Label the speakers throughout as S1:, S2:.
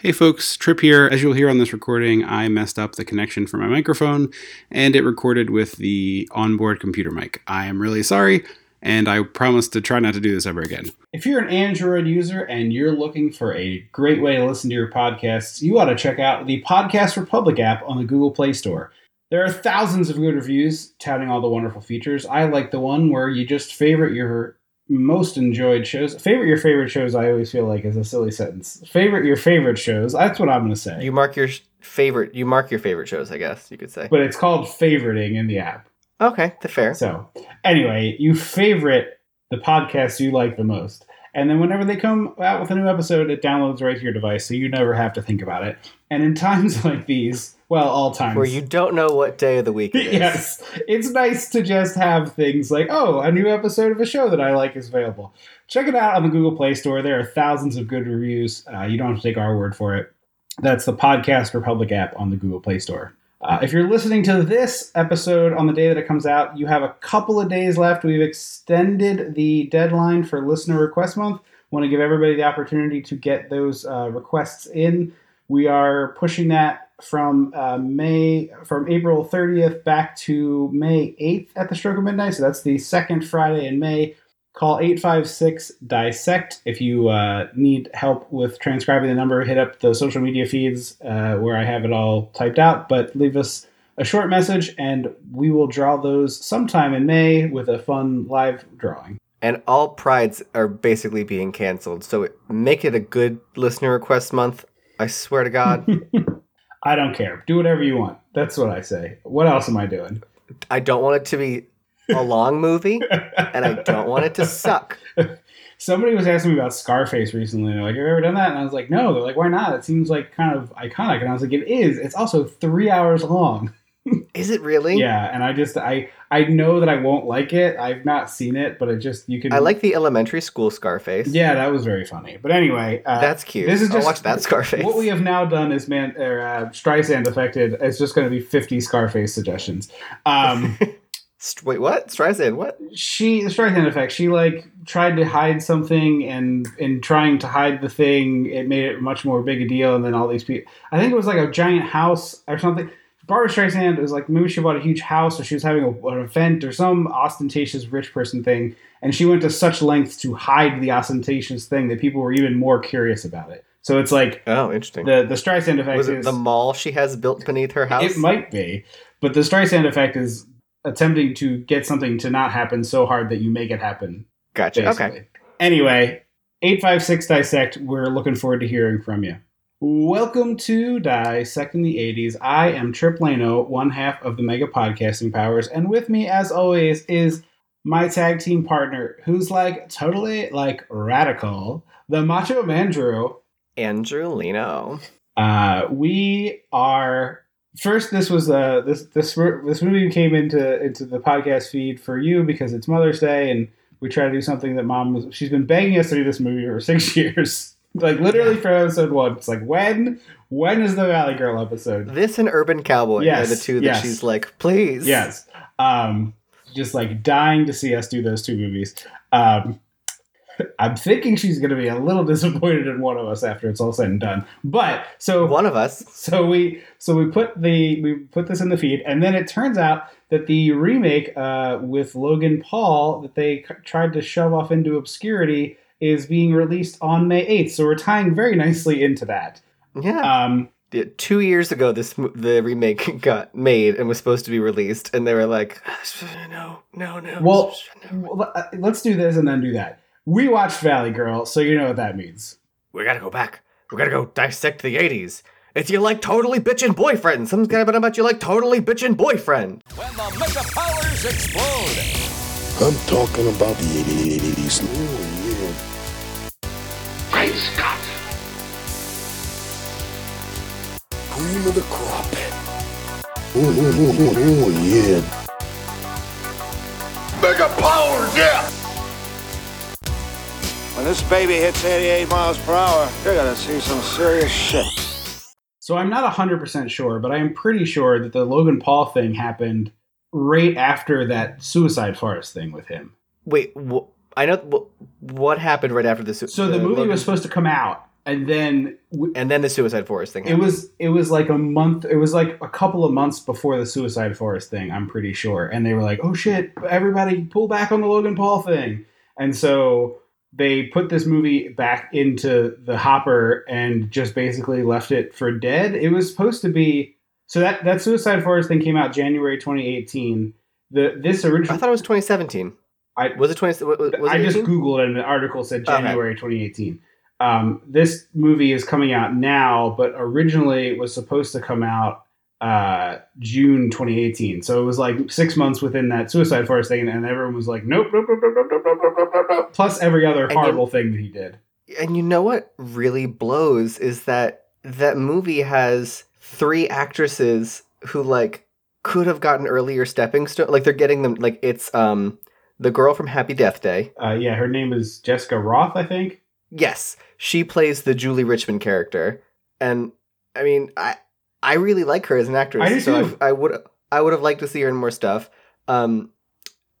S1: Hey folks, Trip here. As you'll hear on this recording, I messed up the connection for my microphone and it recorded with the onboard computer mic. I am really sorry and I promise to try not to do this ever again. If you're an Android user and you're looking for a great way to listen to your podcasts, you ought to check out the Podcast Republic app on the Google Play Store. There are thousands of good reviews touting all the wonderful features. I like the one where you just favorite your most enjoyed shows. Favorite your favorite shows, I always feel like is a silly sentence. Favorite your favorite shows. That's what I'm going to say.
S2: You mark your sh- favorite. You mark your favorite shows, I guess you could say.
S1: But it's called favoriting in the app.
S2: Okay, the fair.
S1: So, anyway, you favorite the podcasts you like the most. And then whenever they come out with a new episode, it downloads right to your device, so you never have to think about it. And in times like these, well, all times.
S2: Where you don't know what day of the week it is.
S1: yes, it's nice to just have things like, oh, a new episode of a show that I like is available. Check it out on the Google Play Store. There are thousands of good reviews. Uh, you don't have to take our word for it. That's the Podcast Republic app on the Google Play Store. Uh, if you're listening to this episode on the day that it comes out, you have a couple of days left. We've extended the deadline for Listener Request Month. Want to give everybody the opportunity to get those uh, requests in. We are pushing that from uh, May from April 30th back to May 8th at the stroke of midnight. So that's the second Friday in May. Call 856 Dissect E if you uh, need help with transcribing the number. Hit up the social media feeds uh, where I have it all typed out, but leave us a short message and we will draw those sometime in May with a fun live drawing.
S2: And all prides are basically being canceled. So it, make it a good listener request month. I swear to God,
S1: I don't care. Do whatever you want. That's what I say. What else am I doing?
S2: I don't want it to be a long movie, and I don't want it to suck.
S1: Somebody was asking me about Scarface recently. and They're like, "Have you ever done that?" And I was like, "No." They're like, "Why not?" It seems like kind of iconic. And I was like, "It is. It's also three hours long."
S2: Is it really?
S1: Yeah, and I just I I know that I won't like it. I've not seen it, but it just you can.
S2: I like the elementary school Scarface.
S1: Yeah, that was very funny. But anyway, uh,
S2: That's cute.
S1: This is
S2: I'll
S1: just-
S2: watch that Scarface.
S1: What we have now done is man or uh, Streisand affected. It's just going to be fifty Scarface suggestions. Um,
S2: St- Wait, what? Streisand, what?
S1: she the Streisand effect. She like tried to hide something, and in trying to hide the thing, it made it much more big a deal. And then all these people, I think it was like a giant house or something. Barbara Streisand was like maybe she bought a huge house, or she was having a, an event or some ostentatious rich person thing, and she went to such lengths to hide the ostentatious thing that people were even more curious about it. So it's like
S2: Oh, interesting.
S1: the the Streisand effect
S2: Was it
S1: is
S2: the mall she has built beneath her house?
S1: it might be, but the Streisand effect is attempting to get something to not happen so hard that you make it happen
S2: Gotcha.
S1: basically.
S2: Okay.
S1: Anyway, 856 Dissect, we're looking forward to hearing from you. Welcome to Dissecting the 80s. I am Trip Lano, one half of the Mega Podcasting Powers, and with me, as always, is my tag team partner, who's like totally like radical, the Macho Mandrew.
S2: Andrew Lino.
S1: Uh, we are first. This was uh, this this this movie came into into the podcast feed for you because it's Mother's Day, and we try to do something that mom was. She's been begging us to do this movie for six years, like literally from episode one. It's like when when is the Valley Girl episode?
S2: This and Urban Cowboy
S1: Yes,
S2: are the two that
S1: yes.
S2: she's like, please.
S1: Yes, um, just like dying to see us do those two movies. Um, I'm thinking she's going to be a little disappointed in one of us after it's all said and done. But so
S2: One of us.
S1: so we so we put the we put this in the feed and then it turns out that the remake uh, with logan paul that they c- tried to shove off into obscurity is being released on may 8th so we're tying very nicely into that
S2: Yeah.
S1: um,
S2: Yeah, two years ago this mo- the remake got made and was supposed to be released and they were like no no no
S1: Well-
S2: no.
S1: well, uh, let's do this and then do that we watched valley girl so you know what that means
S2: we gotta go back we gotta go dissect the 80s if you like totally bitchin' boyfriend some guy but about you like totally bitchin' boyfriend
S3: when the mega powers explode.
S4: I'm talking about the 80s. Oh, yeah.
S5: Great Scott!
S4: Cream of the crop. Oh, oh, oh, oh, oh, yeah.
S5: Mega powers, yeah! When this baby hits 88 miles per hour, you're gonna see some serious shit.
S1: so i'm not 100% sure but i am pretty sure that the logan paul thing happened right after that suicide forest thing with him
S2: wait wh- i know wh- what happened right after this
S1: so the movie was supposed to come out and then w-
S2: And then the Suicide Forest thing.
S1: it was it was like a month it was like a couple of months before the suicide forest thing i'm pretty sure and they were like oh shit everybody pull back on the logan paul thing and so they put this movie back into the hopper and just basically left it for dead it was supposed to be so that that suicide forest thing came out january 2018 the this
S2: I
S1: original
S2: thought it was 2017.
S1: I-
S2: was it 20? Was was it
S1: I just
S2: 18?
S1: googled and the article said
S2: Okay.
S1: January 2018. Um, this movie is coming out now, but originally it was supposed to come out uh, June 2018. So it was like six months within that Suicide Forest thing, and everyone was like, "Nope, nope, nope, nope, nope, nope, nope, nope, nope, nope, nope." Plus every other
S2: And
S1: horrible thing that he did.
S2: And you know what really blows is that that movie has three actresses who like could have gotten earlier stepping stone. Like they're getting them. Like it's um the girl from Happy Death Day.
S1: Uh, yeah, her name is Jessica Roth, I think.
S2: Yes, she plays the Julie Richmond character, and I mean I I really like her as an actress.
S1: I do
S2: so
S1: too.
S2: I, I would I would have liked to see her in more stuff. Um,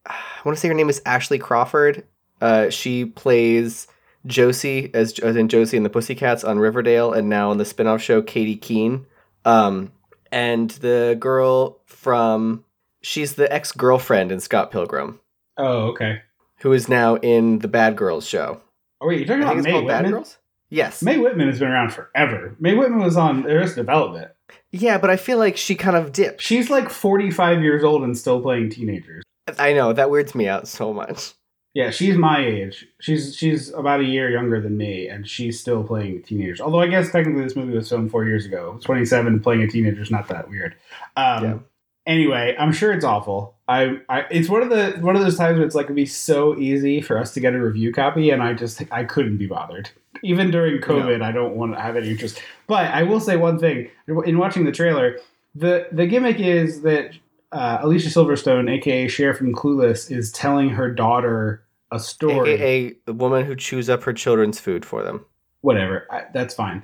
S2: I want to say her name is Ashley Crawford. Uh, she plays Josie as, as in Josie and the Pussycats on Riverdale, and now on the spin-off show Katie Keene. Um, and the girl from she's the ex girlfriend in Scott Pilgrim,
S1: Oh, okay.
S2: who is now in the Bad Girls show.
S1: Oh wait, you're
S2: I
S1: talking
S2: think
S1: about
S2: it's
S1: May
S2: called Bad
S1: Whitman.
S2: Girls. Yes.
S1: May Whitman has been around forever. May Whitman was on Arrested Development.
S2: Yeah, but I feel like she kind of dipped.
S1: She's like 45 years old and still playing teenagers.
S2: I know that weirds me out so much.
S1: Yeah, she's my age. She's she's about a year younger than me, and she's still playing teenagers. Although I guess technically this movie was filmed four years ago. Twenty seven playing a teenager is not that weird. Um,
S2: Yeah.
S1: Anyway, I'm sure it's awful. I, I it's one of the one of those times where it's like it'd be so easy for us to get a review copy, and I just I couldn't be bothered. Even during COVID, I don't want to have any interest. But I will say one thing in watching the trailer. The, the gimmick is that uh, Alicia Silverstone, aka Cher from Clueless, is telling her daughter a story.
S2: AKA the woman who chews up her children's food for them.
S1: Whatever, I, that's fine.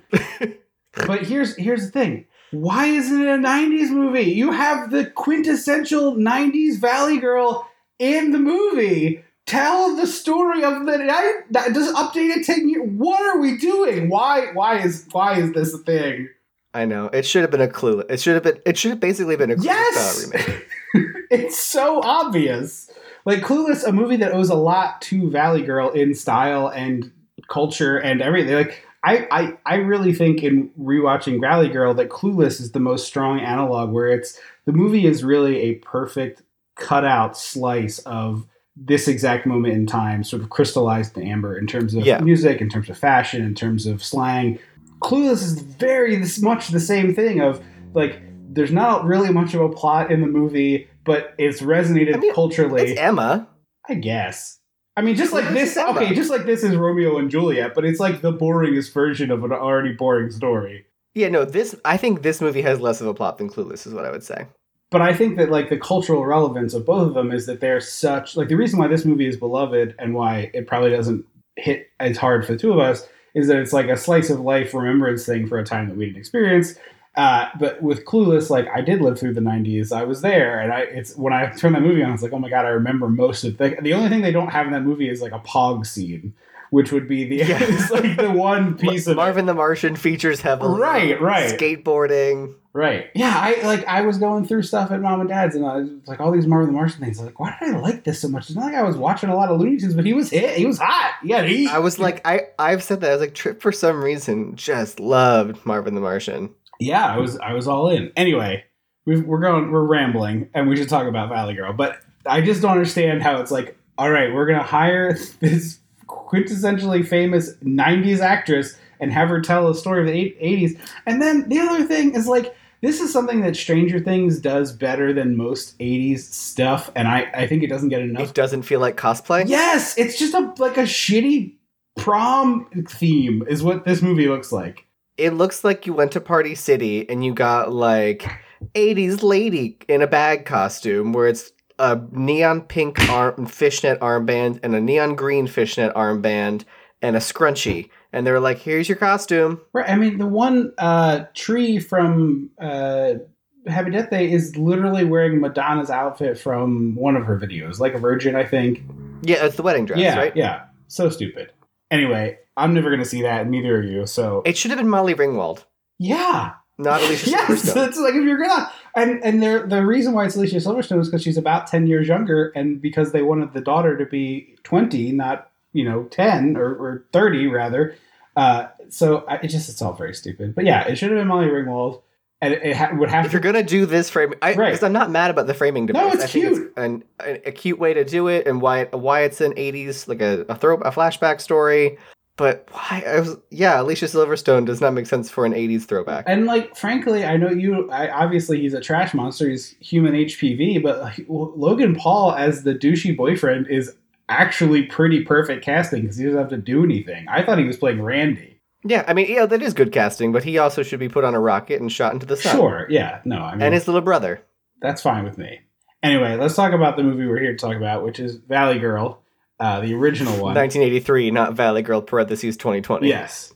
S1: but here's here's the thing: why isn't it a '90s movie? You have the quintessential '90s Valley Girl in the movie. Tell the story of the night. that- Just update it ten years. What are we doing? Why why is why is this a thing?
S2: I know it should have been a clue. It should have been. It should have basically been a clue
S1: Yes!
S2: remake.
S1: it's so obvious. Like Clueless, a movie that owes a lot to Valley Girl in style and culture and everything. Like I, I, I really think in rewatching Valley Girl that Clueless is the most strong analog where it's the movie is really a perfect cutout slice of this exact moment in time, sort of crystallized to amber in terms of
S2: Yeah.
S1: music, in terms of fashion, in terms of slang. Clueless is very this much the same thing of like there's not really much of a plot in the movie, but it's resonated
S2: I mean,
S1: culturally.
S2: It's Emma.
S1: I guess. I mean, just like
S2: Well,
S1: this.
S2: it's Emma.
S1: Okay, just like this is Romeo and Juliet, but it's like the boringest version of an already boring story.
S2: Yeah, no. This I think this movie has less of a plot than Clueless is what I would say.
S1: But I think that like the cultural relevance of both of them is that they're such like the reason why this movie is beloved and why it probably doesn't hit as hard for the two of us is that it's like a slice of life remembrance thing for a time that we didn't experience. Uh, but with Clueless, like I did live through the '90s, I was there, and I it's when I turned that movie on, it's like, oh my god, I remember most of the. The only thing they don't have in that movie is like a pog scene, which would be the
S2: Yeah.
S1: it's like the one piece of
S2: Marvin the Martian features heavily.
S1: Right, right.
S2: Skateboarding.
S1: Right. Yeah, I like I was going through stuff at mom and dad's and I was like all these Marvin the Martian things. I was like, why did I like this so much? It's not like I was watching a lot of Looney Tunes, but he was hit. He was hot. Yeah, he
S2: I was like, I I've said that. I was like, Trip for some reason just loved Marvin the Martian.
S1: Yeah, I was I was all in. Anyway, we've, we're going we're rambling and we should talk about Valley Girl, but I just don't understand how it's like, all right, we're gonna hire this quintessentially famous '90s actress and have her tell a story of the eight- '80s, and then the other thing is like. This is something that Stranger Things does better than most '80s stuff, and I, I think it doesn't get enough
S2: It doesn't feel like cosplay.
S1: Yes, it's just a like a shitty prom theme is what this movie looks like.
S2: it looks like you went to Party City and you got like 80s lady in a bag costume where it's a neon pink arm fishnet armband and a neon green fishnet armband and a scrunchie. And they were like, here's your costume.
S1: Right. I mean, the one uh, tree from uh, Happy Death Day is literally wearing Madonna's outfit from one of her videos, like a virgin, I think.
S2: Yeah, it's the wedding dress,
S1: yeah,
S2: right?
S1: yeah. So stupid. Anyway, I'm never going to see that, and neither are you. So,
S2: It should have been Molly Ringwald,
S1: yeah.
S2: not Alicia
S1: yes,
S2: Silverstone.
S1: it's like if you're gonna, and and there the reason why it's Alicia Silverstone is because she's about ten years younger, and because they wanted the daughter to be twenty, not you know ten or, or thirty rather. Uh, so I, it just it's all very stupid. But yeah, it should have been Molly Ringwald, and it, ha- would have
S2: If you're
S1: to.
S2: gonna do this framing, because
S1: Right.
S2: I'm not mad about the framing
S1: No,
S2: device.
S1: it's
S2: I think
S1: cute.
S2: It's an, an, a cute way to do it, and why why it's an '80s like a a, throw, a flashback story. But why? I was, yeah, Alicia Silverstone does not make sense for an '80s throwback.
S1: And like, frankly, I know you. I, obviously, he's a trash monster. He's human HPV, but like, w- Logan Paul as the douchey boyfriend is actually pretty perfect casting because he doesn't have to do anything. I thought he was playing Randy.
S2: yeah, I mean, yeah, that is good casting, but he also should be put on a rocket and shot into the sun.
S1: Sure. Yeah. No. I mean,
S2: And his little brother.
S1: that's fine with me. Anyway, let's talk about the movie we're here to talk about, which is Valley Girl, uh, the original one.
S2: 1983, not Valley Girl parentheses 2020.
S1: Yes.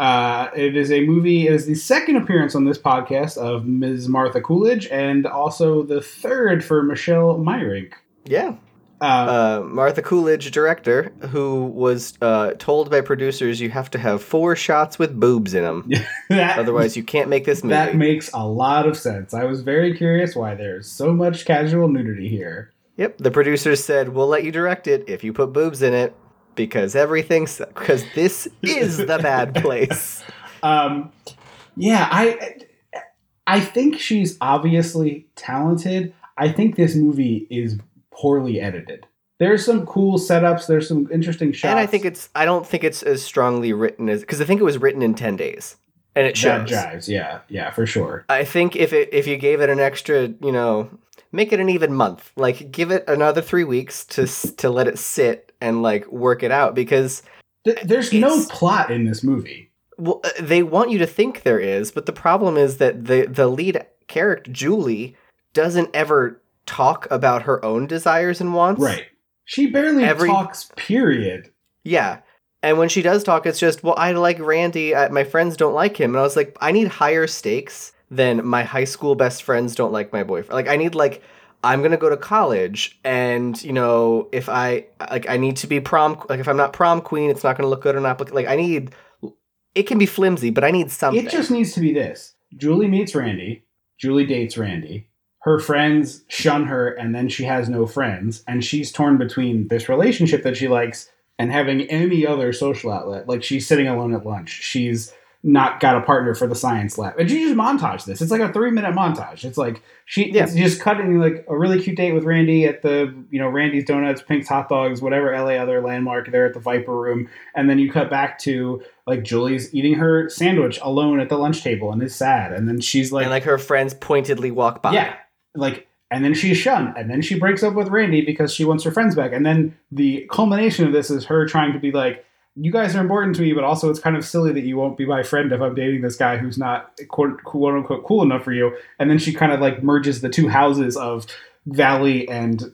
S1: Uh, it is a movie. It is the second appearance on this podcast of Ms. Martha Coolidge, and also the third for Michelle Meyerink.
S2: Yeah.
S1: Uh,
S2: Uh, Martha Coolidge, director, who was uh, told by producers you have to have four shots with boobs in them.
S1: that
S2: Otherwise, you can't make this movie.
S1: that makes a lot of sense. I was very curious why there's so much casual nudity here.
S2: yep. The producers said, we'll let you direct it if you put boobs in it because everything because this is the bad place.
S1: um, yeah, I I think she's obviously talented. I think this movie is poorly edited. There's some cool setups. There's some interesting shots.
S2: And I think it's I don't think it's as strongly written as because I think it was written in 10 days. And it
S1: that
S2: shows.
S1: jives. Yeah, yeah, for sure.
S2: I think if it if you gave it an extra, you know, make it an even month. Like give it another 3 weeks to s- to let it sit and like work it out because
S1: Th- there's no
S2: It's-
S1: plot in this movie.
S2: well, uh, they want you to think there is, but the problem is that the the lead character Julie doesn't ever talk about her own desires and wants.
S1: Right. She barely
S2: Every-
S1: talks. Period.
S2: Yeah. And when she does talk, it's just, well, I like Randy. I, my friends don't like him. And I was like, I need higher stakes than my high school best friends don't like my boyfriend. Like, I need, like, I'm going to go to college. And, you know, if I, like, I need to be prom, like, if I'm not prom queen, it's not going to look good on applic Like, I need, it can be flimsy, but I need something.
S1: It just needs to be this. Julie meets Randy. Julie dates Randy. Her friends shun her, and then she has no friends, and she's torn between this relationship that she likes and having any other social outlet. Like she's sitting alone at lunch. She's not got a partner for the science lab, and she just montage this. It's like a three minute montage. It's like she
S2: Yeah.
S1: it's just cutting like a really cute date with Randy at the you know Randy's Donuts, Pink's Hot Dogs, whatever LA other landmark. They're at the Viper Room, and then you cut back to like Julie's eating her sandwich alone at the lunch table and is sad, and then she's like,
S2: and, like, her friends pointedly walk by.
S1: yeah, like, and then she's shunned, and then she breaks up with Randy because she wants her friends back, and then the culmination of this is her trying to be like, you guys are important to me, but also it's kind of silly that you won't be my friend if I'm dating this guy who's not quote, quote unquote cool enough for you, and then she kind of like merges the two houses of Valley and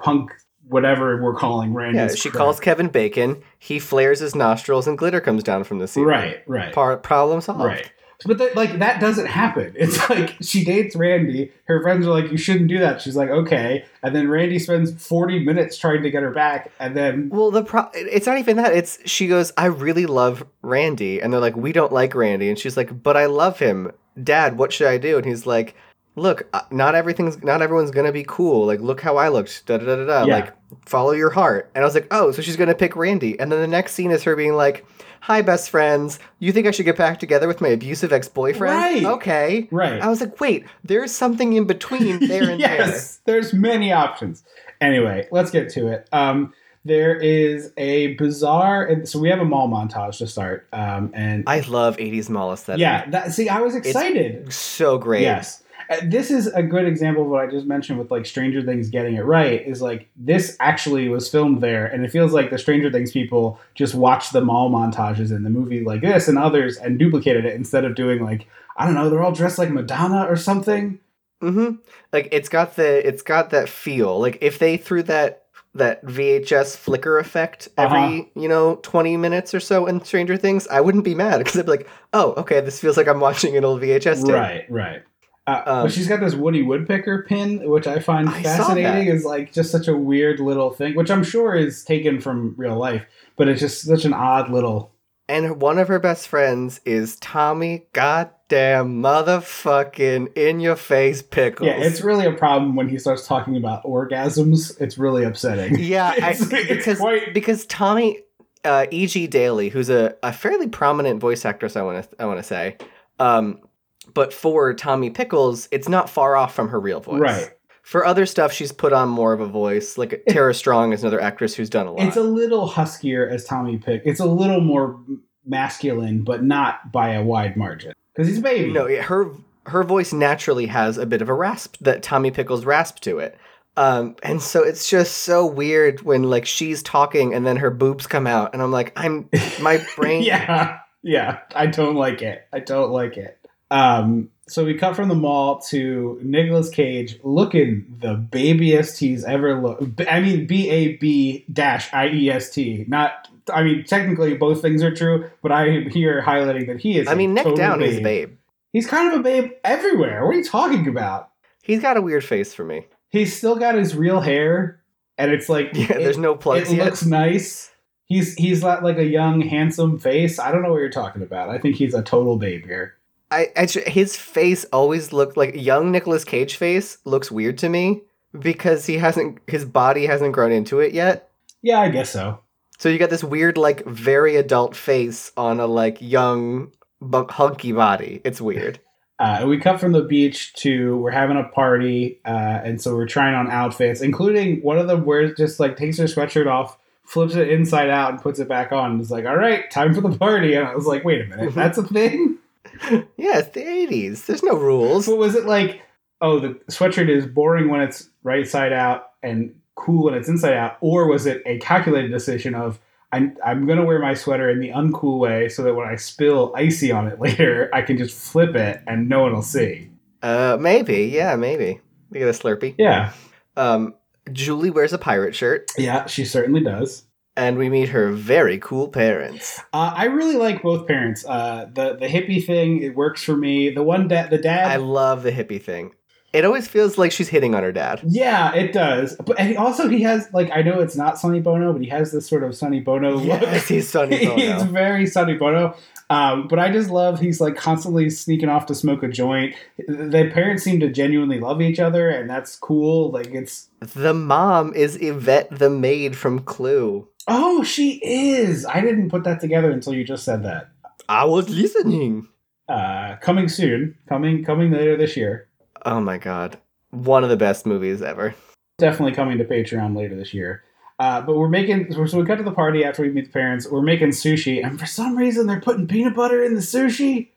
S1: punk, whatever we're calling Randy.
S2: Yeah, she calls Kevin Bacon. He flares his nostrils and glitter comes down from the ceiling.
S1: right, right.
S2: Par- problem solved.
S1: Right. But that, like that doesn't happen. It's like she dates Randy. Her friends are like, "You shouldn't do that." She's like, "Okay." And then Randy spends forty minutes trying to get her back, and then
S2: Well, the pro- it's not even that. It's she goes, "I really love Randy." And they're like, "We don't like Randy." And she's like, "But I love him. Dad, what should I do?" And he's like, "Look, uh, not everything's not everyone's going to be cool. Like, look how I looked. Da da da da. da.
S1: Yeah.
S2: Like, follow your heart." And I was like, "Oh, so she's going to pick Randy." And then the next scene is her being like, "Hi, best friends. You think I should get back together with my abusive ex-boyfriend?"
S1: Right.
S2: Okay.
S1: right.
S2: I was like, "Wait, there's something in between there and
S1: yes, there's many options. Anyway, let's get to it. Um, there is a bizarre. and So we have a mall montage to start, um, and
S2: there." I love 80s mall aesthetic.
S1: yeah, that, see, I was excited.
S2: So great.
S1: Yes. Uh, This is a good example of what I just mentioned with like Stranger Things getting it right is like this actually was filmed there and it feels like the Stranger Things people just watched the mall montages in the movie like this and others and duplicated it instead of doing like I don't know they're all dressed like Madonna or something.
S2: hmm Like it's got the it's got that feel. Like if they threw that that VHS flicker effect
S1: Uh-huh.
S2: every you know twenty minutes or so in Stranger Things, I wouldn't be mad because I'd be like, oh, okay, this feels like I'm watching an old VHS tape.
S1: Right, right. Uh,
S2: Um,
S1: but she's got this Woody Woodpecker pin, which I find
S2: I saw
S1: fascinating. Is like just such a weird little thing, which I'm sure is taken from real life, but it's just such an odd little
S2: and one of her best friends is Tommy goddamn motherfucking in your face pickles.
S1: Yeah, it's really a problem when he starts talking about orgasms. It's really upsetting.
S2: Yeah, I-
S1: It's- it's
S2: because
S1: quite-
S2: because Tommy uh, E.G. Daly, who's a, a fairly prominent voice actress, I want to I want to say, um, but for Tommy Pickles, it's not far off from her real voice.
S1: Right.
S2: For other stuff, she's put on more of a voice. Like Tara Strong is another actress who's done a lot.
S1: It's a little huskier as Tommy Pick. It's a little more masculine, but not by a wide margin. Because he's a baby.
S2: no, yeah, her her voice naturally has a bit of a rasp that Tommy Pickles rasp to it. Um, and so it's just so weird when like she's talking and then her boobs come out and I'm like I'm my brain
S1: yeah, yeah. I don't like it. I don't like it. Um, so we cut from the mall to Nicolas Cage looking the babiest he's ever looked. I mean, B A B dash I E S T. Not. I mean, technically both things are true, but I am here highlighting that he is.
S2: I mean
S1: a
S2: neck
S1: total
S2: down is babe.
S1: He's kind of a babe everywhere. What are you talking about?
S2: He's got a weird face for me.
S1: He's still got his real hair, and it's like
S2: Yeah,
S1: it-
S2: there's no plugs
S1: it
S2: yet.
S1: looks nice. He's he's got like a young, handsome face. I don't know what you're talking about. I think he's a total babe here.
S2: I, I ju- his face always looked like young Nicolas Cage face looks weird to me because he hasn't his body hasn't grown into it yet.
S1: Yeah, I guess so.
S2: So you got this weird like very adult face on a like young bu- hunky body. It's weird.
S1: Uh, we cut from the beach to we're having a party, uh, and so we're trying on outfits, including one of them wears just like takes her sweatshirt off, flips it inside out, and puts it back on. And is like, all right, time for the party. And I was like, wait a minute, that's a thing.
S2: yeah, it's the 80s. There's no rules.
S1: So was it like, oh, the sweatshirt is boring when it's right side out and cool when it's inside out, or was it a calculated decision of I'm I'm gonna wear my sweater in the uncool way so that when I spill icy on it later, I can just flip it and no one will see.
S2: Uh maybe. Yeah, maybe. We got a Slurpee.
S1: Yeah,
S2: Um Julie wears a pirate shirt
S1: yeah, she certainly does.
S2: and we meet her very cool parents.
S1: Uh, I really like both parents. Uh, the the hippie thing it works for me. The one that the dad
S2: I love the hippie thing. It always feels like she's hitting on her dad.
S1: Yeah, it does. But and he- also he has like I know it's not Sonny Bono, but he has this sort of Sonny Bono look.
S2: Yes, he's Sonny
S1: he's
S2: Bono.
S1: very Sonny Bono. Um, but I just love he's like constantly sneaking off to smoke a joint. The parents seem to genuinely love each other, and that's cool. Like it's
S2: the mom is Yvette the maid from Clue.
S1: oh, she is. I didn't put that together until you just said that.
S2: I was listening.
S1: Uh, coming soon, coming coming later this year.
S2: Oh my god. One of the best movies ever.
S1: Definitely coming to Patreon later this year. Uh, but we're making so we cut to the party after we meet the parents. We're making sushi, and for some reason they're putting peanut butter in the sushi.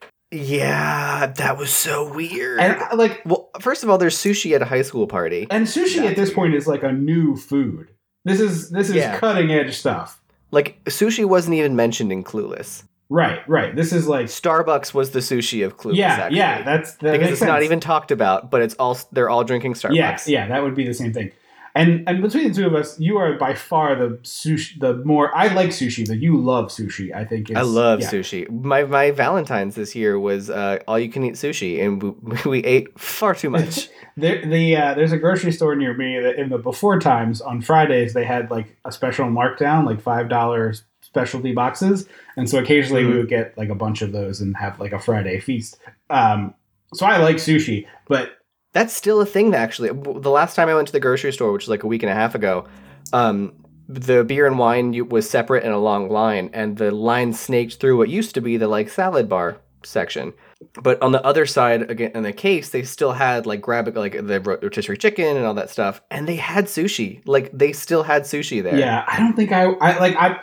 S2: Yeah, that was so weird.
S1: And I- like
S2: well, first of all, there's sushi at a high school party.
S1: And sushi
S2: That's
S1: at this
S2: weird.
S1: point is like a new food. This is this is
S2: Yeah.
S1: cutting edge stuff.
S2: Like, sushi wasn't even mentioned in Clueless.
S1: Right, right. This is like
S2: Starbucks was the sushi of Clueless,
S1: yeah,
S2: actually.
S1: yeah. That's that
S2: because
S1: makes
S2: it's not
S1: sense.
S2: even talked about, but it's all they're all drinking Starbucks.
S1: yeah, yeah. That would be the same thing. And and between the two of us, you are by far the sushi. The more I like sushi, the you love sushi. I think is,
S2: I love
S1: yeah.
S2: sushi. My my Valentine's this year was uh, all you can eat sushi, and we, we ate far too much.
S1: There, the uh, there's a grocery store near me that in the before times on Fridays they had like a special markdown, like five dollars specialty boxes, and so occasionally
S2: Hmm.
S1: we would get like a bunch of those and have like a Friday feast. Um, so I like sushi, but
S2: That's still a thing. Actually, the last time I went to the grocery store, which was like a week and a half ago, um, the beer and wine you- was separate in a long line, and the line snaked through what used to be the like salad bar section. But on the other side, again, in the case, they still had like grab like the rotisserie chicken and all that stuff, and they had sushi. Like they still had sushi there.
S1: yeah, I don't think I, I like I.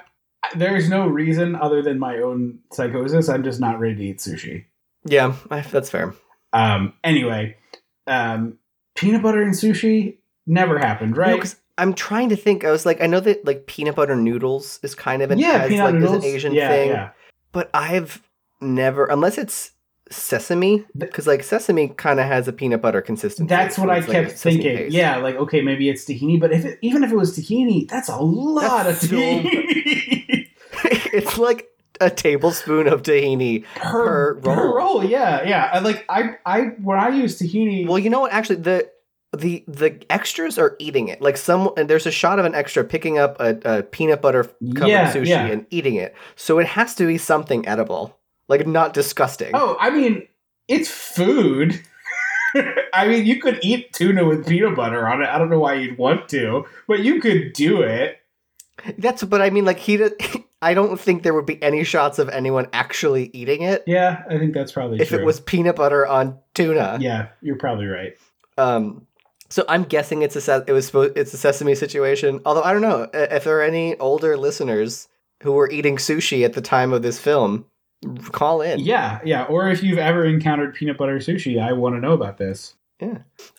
S1: There's no reason other than my own psychosis. I'm just not ready to eat sushi.
S2: yeah, I, that's fair.
S1: Um, anyway, um, peanut butter and sushi never happened,
S2: No,
S1: right?
S2: 'cause I'm trying to think. I was like, I know that like peanut butter noodles is kind of an
S1: yeah,
S2: as,
S1: peanut
S2: like, is
S1: noodles.
S2: an Asian
S1: yeah,
S2: thing,
S1: yeah.
S2: but I've never, unless it's sesame, because like sesame kind of has a peanut butter consistency.
S1: That's
S2: so
S1: what I
S2: it's, like, a
S1: kept
S2: sesame
S1: thinking.
S2: paste.
S1: Yeah, like okay, maybe it's tahini, but if it, even if it was tahini, that's a lot
S2: That's
S1: of
S2: so-
S1: tahini
S2: it's like a tablespoon of tahini.
S1: per,
S2: Per
S1: per
S2: roll.
S1: roll. Yeah, yeah. I, like I, I when I use tahini,
S2: Well, you know what? Actually, the the the extras are eating it. Like some, and there's a shot of an extra picking up a, a peanut butter covered
S1: Yeah,
S2: sushi
S1: yeah.
S2: and eating it. So it has to be something edible, like not disgusting.
S1: Oh, I mean, it's food. I mean, you could eat tuna with peanut butter on it. I don't know why you'd want to, but you could do it.
S2: That's but I mean, like he. did- I don't think there would be any shots of anyone actually eating it
S1: Yeah, I think that's probably
S2: if
S1: true.
S2: it was peanut butter on tuna.
S1: yeah, you're probably right.
S2: Um, so I'm guessing it's a se- it was supposed it's a sesame situation. Although I don't know i- if there are any older listeners who were eating sushi at the time of this film. Call in.
S1: Yeah, yeah. Or if you've ever encountered peanut butter sushi, I want to know about this.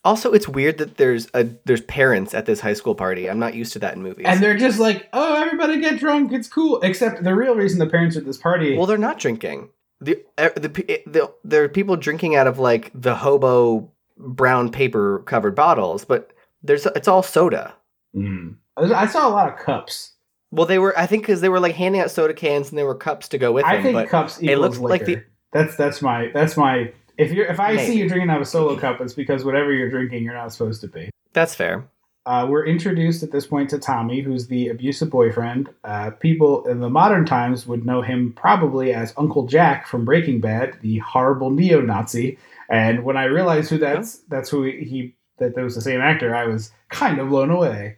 S2: Also, it's weird that there's a there's parents at this high school party. I'm not used to that in movies.
S1: And they're just like, oh, everybody get drunk. It's cool. Except the real reason the parents are at this party.
S2: well, they're not drinking. The, eh, the pe- the there are people drinking out of like the hobo brown paper covered bottles, but there's it's all soda.
S1: Hmm. I saw a lot of cups.
S2: Well, they were I think because they were like handing out soda cans and there were cups to go with
S1: I
S2: them.
S1: think
S2: but
S1: cups equals
S2: looks
S1: liquor.
S2: like
S1: That's that's my that's my. If you're if I see
S2: Maybe.
S1: you drinking out of a solo cup, it's because whatever you're drinking, you're not supposed to be.
S2: that's fair.
S1: Uh, we're introduced at this point to Tommy, who's the abusive boyfriend. Uh, people in the modern times would know him probably as Uncle Jack from Breaking Bad, the horrible neo-Nazi. And when I realized who that's that's who he that there was the same actor, I was kind of blown away.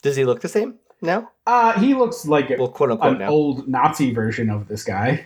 S2: Does he look the same now?
S1: Uh, he looks like a
S2: Well, quote unquote
S1: an
S2: now.
S1: old Nazi version of this guy.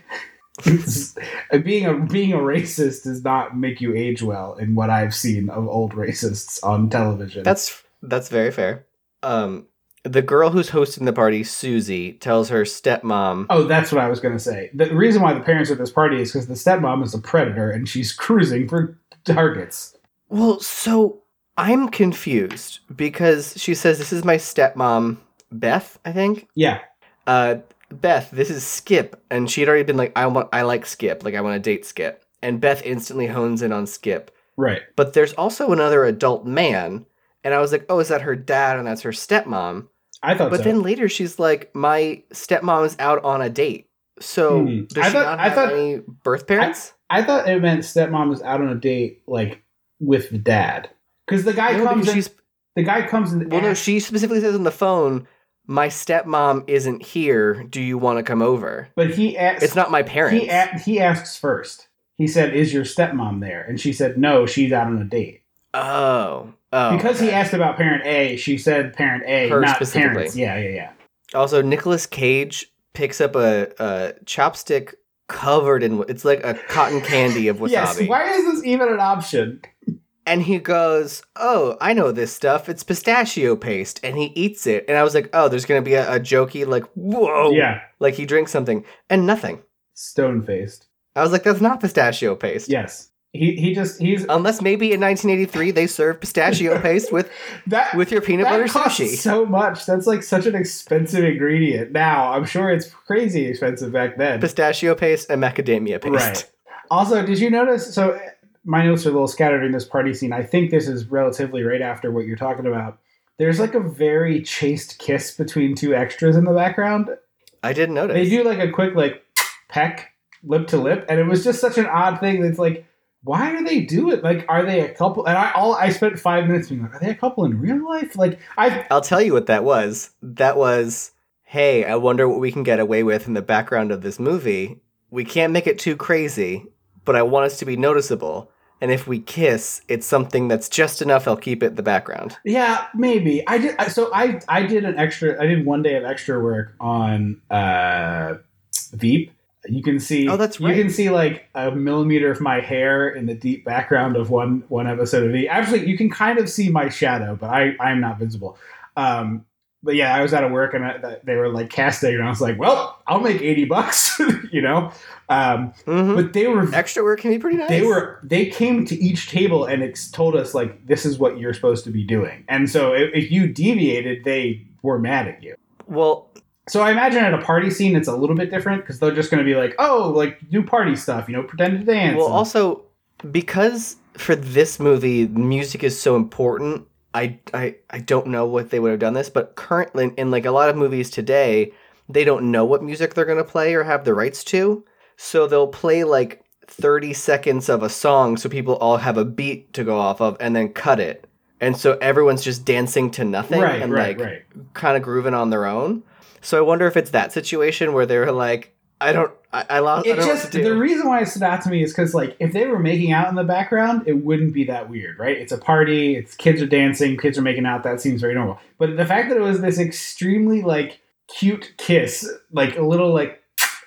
S1: being a being a racist does not make you age well in what I've seen of old racists on television.
S2: That's that's very fair. Um, the girl who's hosting the party, Susie, tells her stepmom.
S1: oh, that's what I was gonna say. The reason why the parents are at this party is because the stepmom is a predator and she's cruising for targets.
S2: Well, so I'm confused because she says this is my stepmom, Beth. I think.
S1: Yeah,
S2: Uh, Beth, this is Skip, and she had already been like, I want, I like Skip, like I want to date Skip, and Beth instantly hones in on Skip.
S1: right.
S2: But there's also another adult man, and I was like, oh, is that her dad? And that's her stepmom.
S1: I thought
S2: But
S1: so.
S2: then later she's like, my stepmom is out on a date. So
S1: Hmm.
S2: does
S1: I
S2: she
S1: thought-
S2: not
S1: I
S2: have
S1: thought-
S2: any birth parents?
S1: I thought it meant stepmom is out on a date like with the dad because the guy
S2: No,
S1: comes.
S2: because
S1: In,
S2: she's
S1: the guy comes in.
S2: well, no. She specifically says on the phone, "My stepmom isn't here. Do you want to come over?"
S1: but he asks.
S2: It's not my parents.
S1: He a- he asks first. He said, "Is your stepmom there?" And she said, "No, she's out on a date."
S2: oh, oh.
S1: because he
S2: okay.
S1: asked about parent A, she said parent A,
S2: Her
S1: not
S2: specifically.
S1: parents. Yeah, yeah, yeah.
S2: also Nicolas Cage picks up a, a chopstick covered in it's like a cotton candy of wasabi.
S1: Yes. Why is this even an option?
S2: And he goes, Oh, I know this stuff. It's pistachio paste. And he eats it. And I was like, Oh, there's going to be a, a jokey, like, Whoa.
S1: Yeah.
S2: Like he drinks something and nothing.
S1: Stone faced.
S2: I was like, That's not pistachio paste.
S1: Yes. He he just he's
S2: Unless maybe in 1983 they served pistachio paste with,
S1: that
S2: with your peanut
S1: that
S2: butter
S1: costs
S2: sushi.
S1: so much. That's like such an expensive ingredient. Now I'm sure it's crazy expensive back then.
S2: pistachio paste and macadamia paste.
S1: Right. Also, did you notice? So eh, my notes are a little scattered in this party scene. I think this is relatively right after what you're talking about. There's like a very chaste kiss between two extras in the background.
S2: I didn't notice.
S1: They do like a quick like peck lip to lip, and it was just such an odd thing. That's like, why do they do it? Like, are they a couple? And I all I spent five minutes being like, are they a couple in real life? Like, I
S2: I'll tell you what that was. That was, hey, I wonder what we can get away with in the background of this movie. We can't make it too crazy, but I want us to be noticeable. And if we kiss, it's something that's just enough. I'll keep it in the background.
S1: yeah maybe I did. I- So I I did an extra. I did one day of extra work on uh, Veep. You can see.
S2: Oh, that's
S1: You
S2: right.
S1: can see like a millimeter of my hair in the deep background of one one episode of Veep. Actually, you can kind of see my shadow, but I I'm not visible. Um, but yeah, I was out of work and I, that- they were like casting, and I was like, well, I'll make eighty bucks, you know. Um,
S2: hmm
S1: but they were
S2: Extra work can be pretty nice.
S1: they were they came to each table and ex- told us like this is what you're supposed to be doing, and so if, if you deviated, they were mad at you.
S2: well.
S1: So I imagine at a party scene, it's a little bit different because they're just going to be like, oh, like do party stuff, you know, pretend to dance.
S2: Well,
S1: and-
S2: also because for this movie, music is so important. I, I I don't know what they would have done this, but currently in like a lot of movies today, they don't know what music they're gonna play or have the rights to, so they'll play like thirty seconds of a song so people all have a beat to go off of, and then cut it. and so everyone's just dancing to nothing
S1: right,
S2: and
S1: right,
S2: like
S1: right.
S2: kind of grooving on their own. So I wonder if it's that situation where they were like, I don't, I, I lost. I
S1: It
S2: don't know what
S1: just
S2: to do.
S1: the reason why it stood out to me is because like if they were making out in the background, it wouldn't be that weird, right? It's a party, it's kids are dancing, kids are making out. That seems very normal. But the fact that it was this extremely like cute kiss, like a little like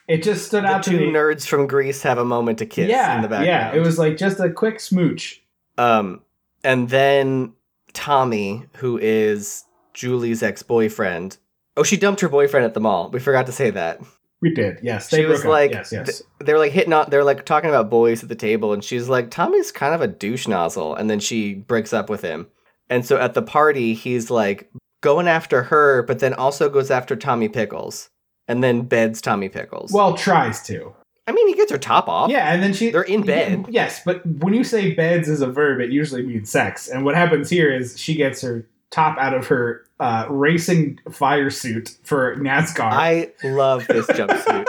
S1: it just stood
S2: the
S1: out to
S2: two
S1: me.
S2: nerds from Greece have a moment to kiss
S1: yeah,
S2: in the background.
S1: yeah, it was like just a quick smooch.
S2: Um, and then Tommy, who is Julie's ex boyfriend. Oh, she dumped her boyfriend at the mall. We forgot to say that.
S1: We did, yes. They
S2: She was
S1: broke up.
S2: like,
S1: yes, yes.
S2: th- they're like hitting on, they're like talking about boys at the table, and she's like, Tommy's kind of a douche nozzle. And then she breaks up with him. And so at the party, he's like going after her, but then also goes after Tommy Pickles and then beds Tommy Pickles.
S1: well, tries to.
S2: I mean, he gets her top off.
S1: Yeah, and then she
S2: They're in bed.
S1: Yes, but when you say beds is a verb, it usually means sex. And what happens here is she gets her top out of her uh, racing fire suit for NASCAR.
S2: I love this jumpsuit.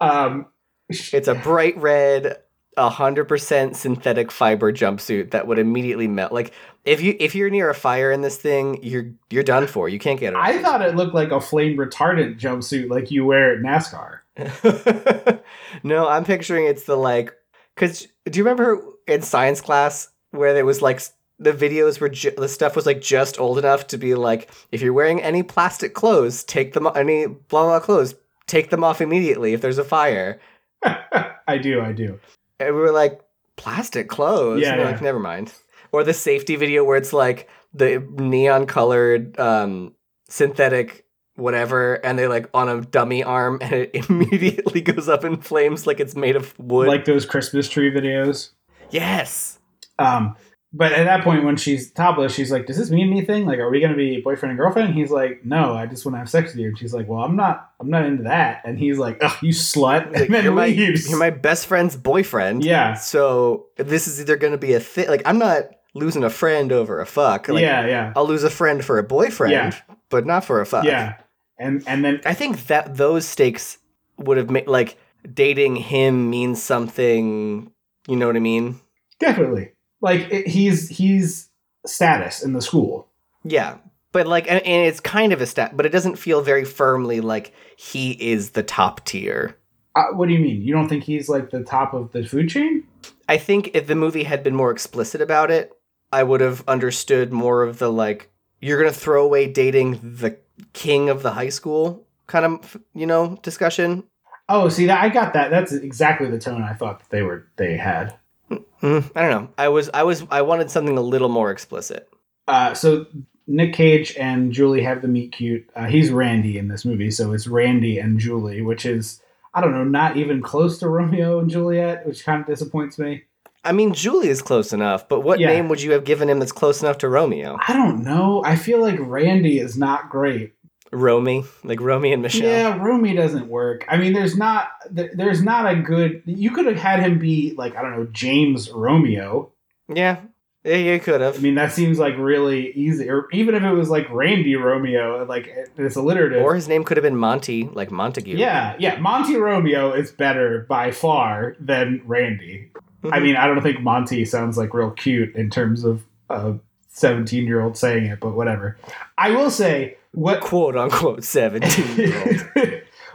S1: um, sh-
S2: It's a bright red, hundred percent synthetic fiber jumpsuit that would immediately melt. Like if you if you're near a fire in this thing, you're you're done for. You can't get it.
S1: I thought it looked like a flame retardant jumpsuit like you wear at NASCAR.
S2: thought. no, I'm picturing it's the like. Cause do you remember in science class where there was like s- the videos were ju- the stuff was like just old enough to be like if you're wearing any plastic clothes, take them any blah blah clothes, take them off immediately if there's a fire.
S1: I do, I do.
S2: and we were like plastic clothes
S1: Yeah,
S2: and we're
S1: yeah.
S2: like never mind or the safety video where it's like the neon colored um synthetic whatever and they like on a dummy arm and it immediately goes up in flames like it's made of wood
S1: Like those Christmas tree videos.
S2: yes
S1: Um, but at that point, when she's topless, she's like, "Does this mean anything? Like, are we going to be boyfriend and girlfriend?" And he's like, "No, I just want to have sex with you." And she's like, "Well, I'm not. I'm not into that." And he's like, "Ugh, you slut!" And
S2: Like,
S1: then
S2: you're, my,
S1: leaves.
S2: you're my best friend's boyfriend
S1: yeah,
S2: so this is either going to be a thing like i'm not losing a friend over a fuck like
S1: yeah, yeah,
S2: i'll lose a friend for a boyfriend
S1: Yeah.
S2: but not for a fuck
S1: yeah. And and then
S2: I think that those stakes would have made like dating him means something. You know what I mean?
S1: definitely, like it, he's he's status in the school.
S2: Yeah, but like, and, and it's kind of a stat, but it doesn't feel very firmly like he is the top tier.
S1: Uh, what do you mean? You don't think he's like the top of the food chain?
S2: I think if the movie had been more explicit about it, I would have understood more of the like you're gonna throw away dating the king of the high school kind of you know discussion.
S1: Oh, see that I got that. That's exactly the tone I thought that they were they had.
S2: Mm, I don't know. I was I was I wanted something a little more explicit.
S1: Uh, so Nick Cage and Julie have the meet cute. Uh, he's Randy in this movie, so it's Randy and Julie, which is I don't know, not even close to Romeo and Juliet, which kind of disappoints me.
S2: I mean, Julie is close enough, but what
S1: Yeah.
S2: name would you have given him that's close enough to Romeo?
S1: I don't know. I feel like Randy is not great.
S2: Romy, like Romy and Michelle.
S1: Yeah, Romy doesn't work. I mean, there's not there, there's not a good. You could have had him be like I don't know James Romeo.
S2: yeah, Yeah, you could
S1: I
S2: have.
S1: mean, that seems like really easy. Or even if it was like Randy Romeo, like it's alliterative.
S2: Or his name could have been Monty, like Montague.
S1: Yeah, yeah. Monty Romeo is better by far than Randy.
S2: Mhm.
S1: I mean, I don't think Monty sounds like real cute in terms of a 17 year old saying it, but whatever. I will say what
S2: quote unquote seventeen year old.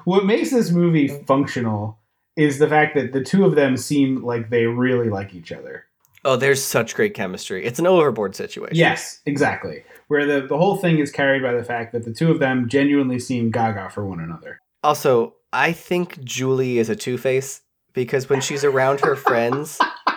S1: what makes this movie functional is the fact that the two of them seem like they really like each other.
S2: Oh, there's such great chemistry. It's an overboard situation.
S1: Yes, exactly. Where the, the whole thing is carried by the fact that the two of them genuinely seem gaga for one another.
S2: Also, I think Julie is a two face because when she's around her friends,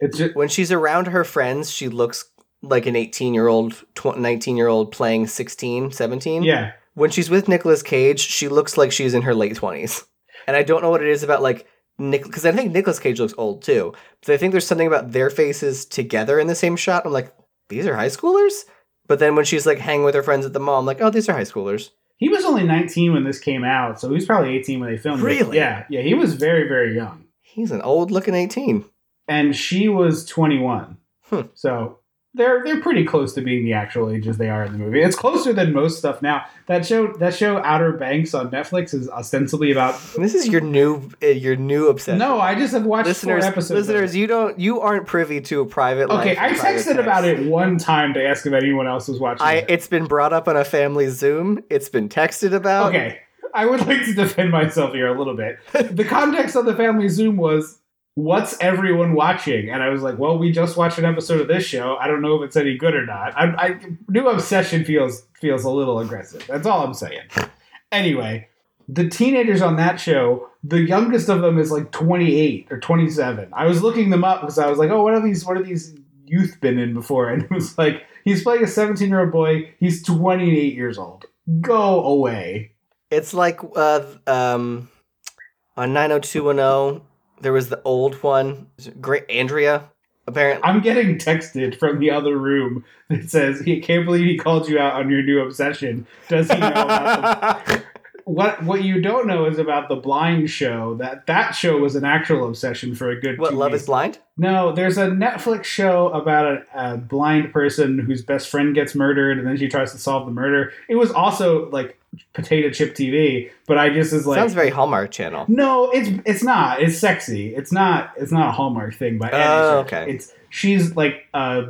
S1: It's just,
S2: when she's around her friends, she looks like an 18 year old, 19 year old playing 16, 17.
S1: yeah.
S2: when she's with Nicolas Cage, she looks like she's in her late twenties, and I don't know what it is about like Nick because I think Nicolas Cage looks old too. But I think there's something about their faces together in the same shot. I'm like, these are high schoolers. But then when she's like hanging with her friends at the mall, I'm like, oh, these are high schoolers.
S1: He was only 19 when this came out, so he was probably 18 when they filmed it.
S2: Really?
S1: Yeah, yeah, he was very, very young.
S2: He's an old looking 18.
S1: And she was 21.
S2: Hmm.
S1: So they're they're pretty close to being the actual ages they are in the movie. It's closer than most stuff now. That show that show Outer Banks on Netflix is ostensibly about.
S2: This is your new uh, your new obsession.
S1: No, I just have watched
S2: listeners,
S1: four episodes. of it.
S2: listeners, you don't you aren't privy to a private.
S1: Okay,
S2: life
S1: I
S2: and private
S1: texted
S2: text.
S1: about it one time to ask if anyone else was watching.
S2: I
S1: it.
S2: it's been brought up on a family Zoom. It's been texted about.
S1: okay, I would like to defend myself here a little bit. The context of the family Zoom was, "What's everyone watching?" And I was like, "Well, we just watched an episode of this show. I don't know if it's any good or not." I, I new obsession feels feels a little aggressive. That's all I'm saying. Anyway, the teenagers on that show, the youngest of them is like 28 or 27. I was looking them up because I was like, "Oh, what are these? What are these?" youth been in before and it was like he's playing a 17 year old boy he's 28 years old go away
S2: It's like uh, um, on nine hundred two one zero. There was the old one, Great Andrea. Apparently,
S1: I'm getting texted from the other room that says, "He can't believe he called you out on your new obsession." Does he know about the- what? What you don't know is about the Blind show. That that show was an actual obsession for a good.
S2: what
S1: two
S2: Love
S1: weeks.
S2: is Blind?
S1: No, there's a Netflix show about a, a blind person whose best friend gets murdered, and then she tries to solve the murder. It was also like potato chip TV, but I just is like.
S2: Sounds very Hallmark Channel.
S1: No, it's it's not. It's sexy. It's not. It's not a Hallmark thing by any
S2: Oh,
S1: stretch.
S2: okay.
S1: It's she's like uh,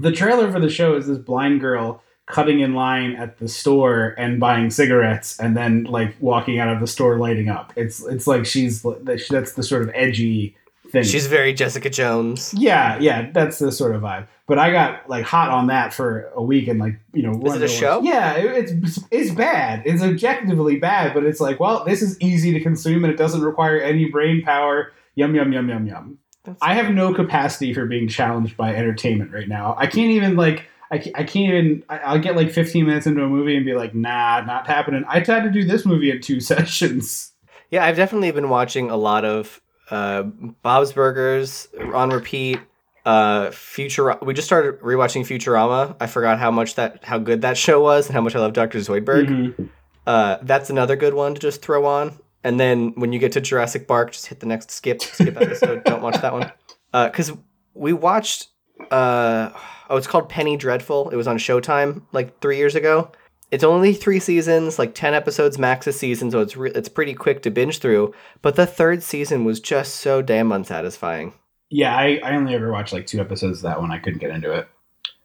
S1: the trailer for the show is this blind girl cutting in line at the store and buying cigarettes and then like walking out of the store lighting up. It's it's like she's that's the sort of edgy thing.
S2: She's very Jessica Jones.
S1: yeah, yeah, that's the sort of vibe. But I got like hot on that for a week and like you know.
S2: Is it a show?
S1: Yeah, it, it's it's bad. It's objectively bad, but it's like, well, this is easy to consume and it doesn't require any brain power. Yum yum yum yum yum.
S2: That's-
S1: I have no capacity for being challenged by entertainment right now. I can't even like. I ca- I can't even. I- I'll get like 15 minutes into a movie and be like, "Nah, not happening." I tried to do this movie in two sessions.
S2: Yeah, I've definitely been watching a lot of uh, Bob's Burgers on repeat. Uh, Futura. We just started rewatching Futurama. I forgot how much that, how good that show was, and how much I love Doctor Zoidberg.
S1: Mm-hmm.
S2: Uh, that's another good one to just throw on. And then when you get to Jurassic Park, just hit the next skip, skip episode. Don't watch that one. Because we watched, uh, oh, it's called Penny Dreadful. It was on Showtime like three years ago. It's only three seasons, like 10 episodes max a season, so it's, re- it's pretty quick to binge through. But the third season was just so damn unsatisfying.
S1: Yeah, I, I only ever watched like two episodes of that one. I couldn't get into it.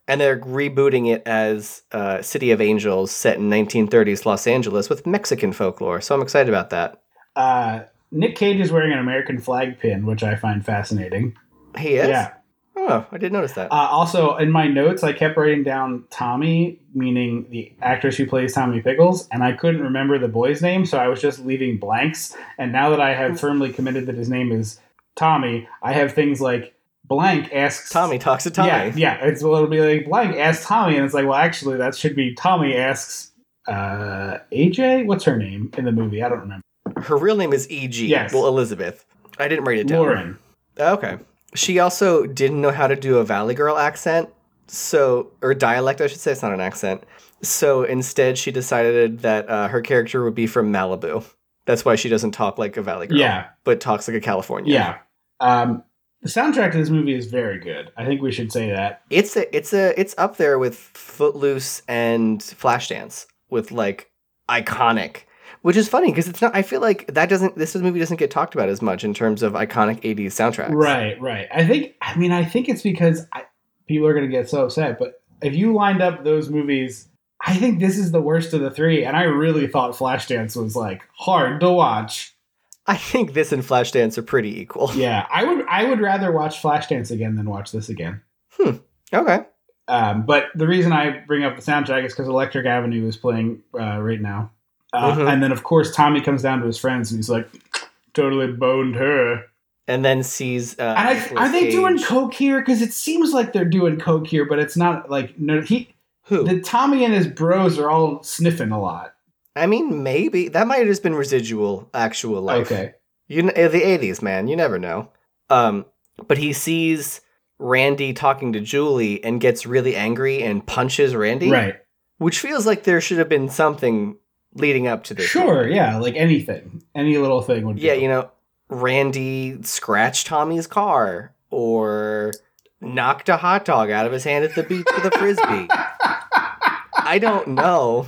S2: And they're rebooting it as uh, City of Angels, set in 1930s Los Angeles with Mexican folklore. So I'm excited about that.
S1: Uh, Nick Cage is wearing an American flag pin, which I find fascinating.
S2: He is?
S1: Yeah.
S2: Oh, I did notice that.
S1: Uh, also, in my notes, I kept writing down Tommy, meaning the actress who plays Tommy Pickles, and I couldn't remember the boy's name, so I was just leaving blanks. And now that I
S2: Mm.
S1: have firmly committed that his name is Tommy, I have things like blank asks
S2: Tommy talks to Tommy.
S1: Yeah, yeah. It's well, it'll be like blank asks Tommy, and it's like, well, actually, that should be Tommy asks uh, AJ. What's her name in the movie? I don't remember.
S2: Her real name is E.G.
S1: Yes.
S2: Well, Elizabeth. I didn't write it down.
S1: Lauren.
S2: Okay. She also didn't know how to do a Valley Girl accent, so or dialect, I should say. It's not an accent. So instead, she decided that uh, her character would be from Malibu. That's why she doesn't talk like a Valley Girl,
S1: Yeah.
S2: but talks like a California.
S1: Yeah. Um, the soundtrack to this movie is very good. I think we should say that.
S2: it's a, it's a, it's up there with Footloose and Flashdance with like iconic, which is funny because it's not. I feel like that doesn't this movie doesn't get talked about as much in terms of iconic '80s soundtracks.
S1: Right, right. I think, I mean, I think it's because I, people are going to get so upset, but if you lined up those movies, I think this is the worst of the three. And I really thought Flashdance was like hard to watch.
S2: I think this and Flashdance are pretty equal.
S1: Yeah, I would, I would rather watch Flashdance again than watch this again.
S2: Okay.
S1: Um, but the reason I bring up the soundtrack is because Electric Avenue is playing uh, right now. Uh,
S2: Mhm.
S1: And then, of course, Tommy comes down to his friends and he's like, totally boned her.
S2: And then sees. Uh,
S1: And
S2: Nicolas
S1: I, are they
S2: Cage.
S1: doing coke here? Because it seems like they're doing coke here, but it's not like no. He
S2: Who?
S1: the Tommy and his bros are all sniffing a lot.
S2: I mean, maybe that might have just been residual, actual life.
S1: Okay,
S2: You know, the '80s, man. You never know. Um, but he sees Randy talking to Julie and gets really angry and punches Randy.
S1: right,
S2: Which feels like there should have been something leading up to this.
S1: sure, yeah, like anything, any little thing would.
S2: Yeah,
S1: do.
S2: you know, Randy scratched Tommy's car, or knocked a hot dog out of his hand at the beach with a frisbee. I don't know.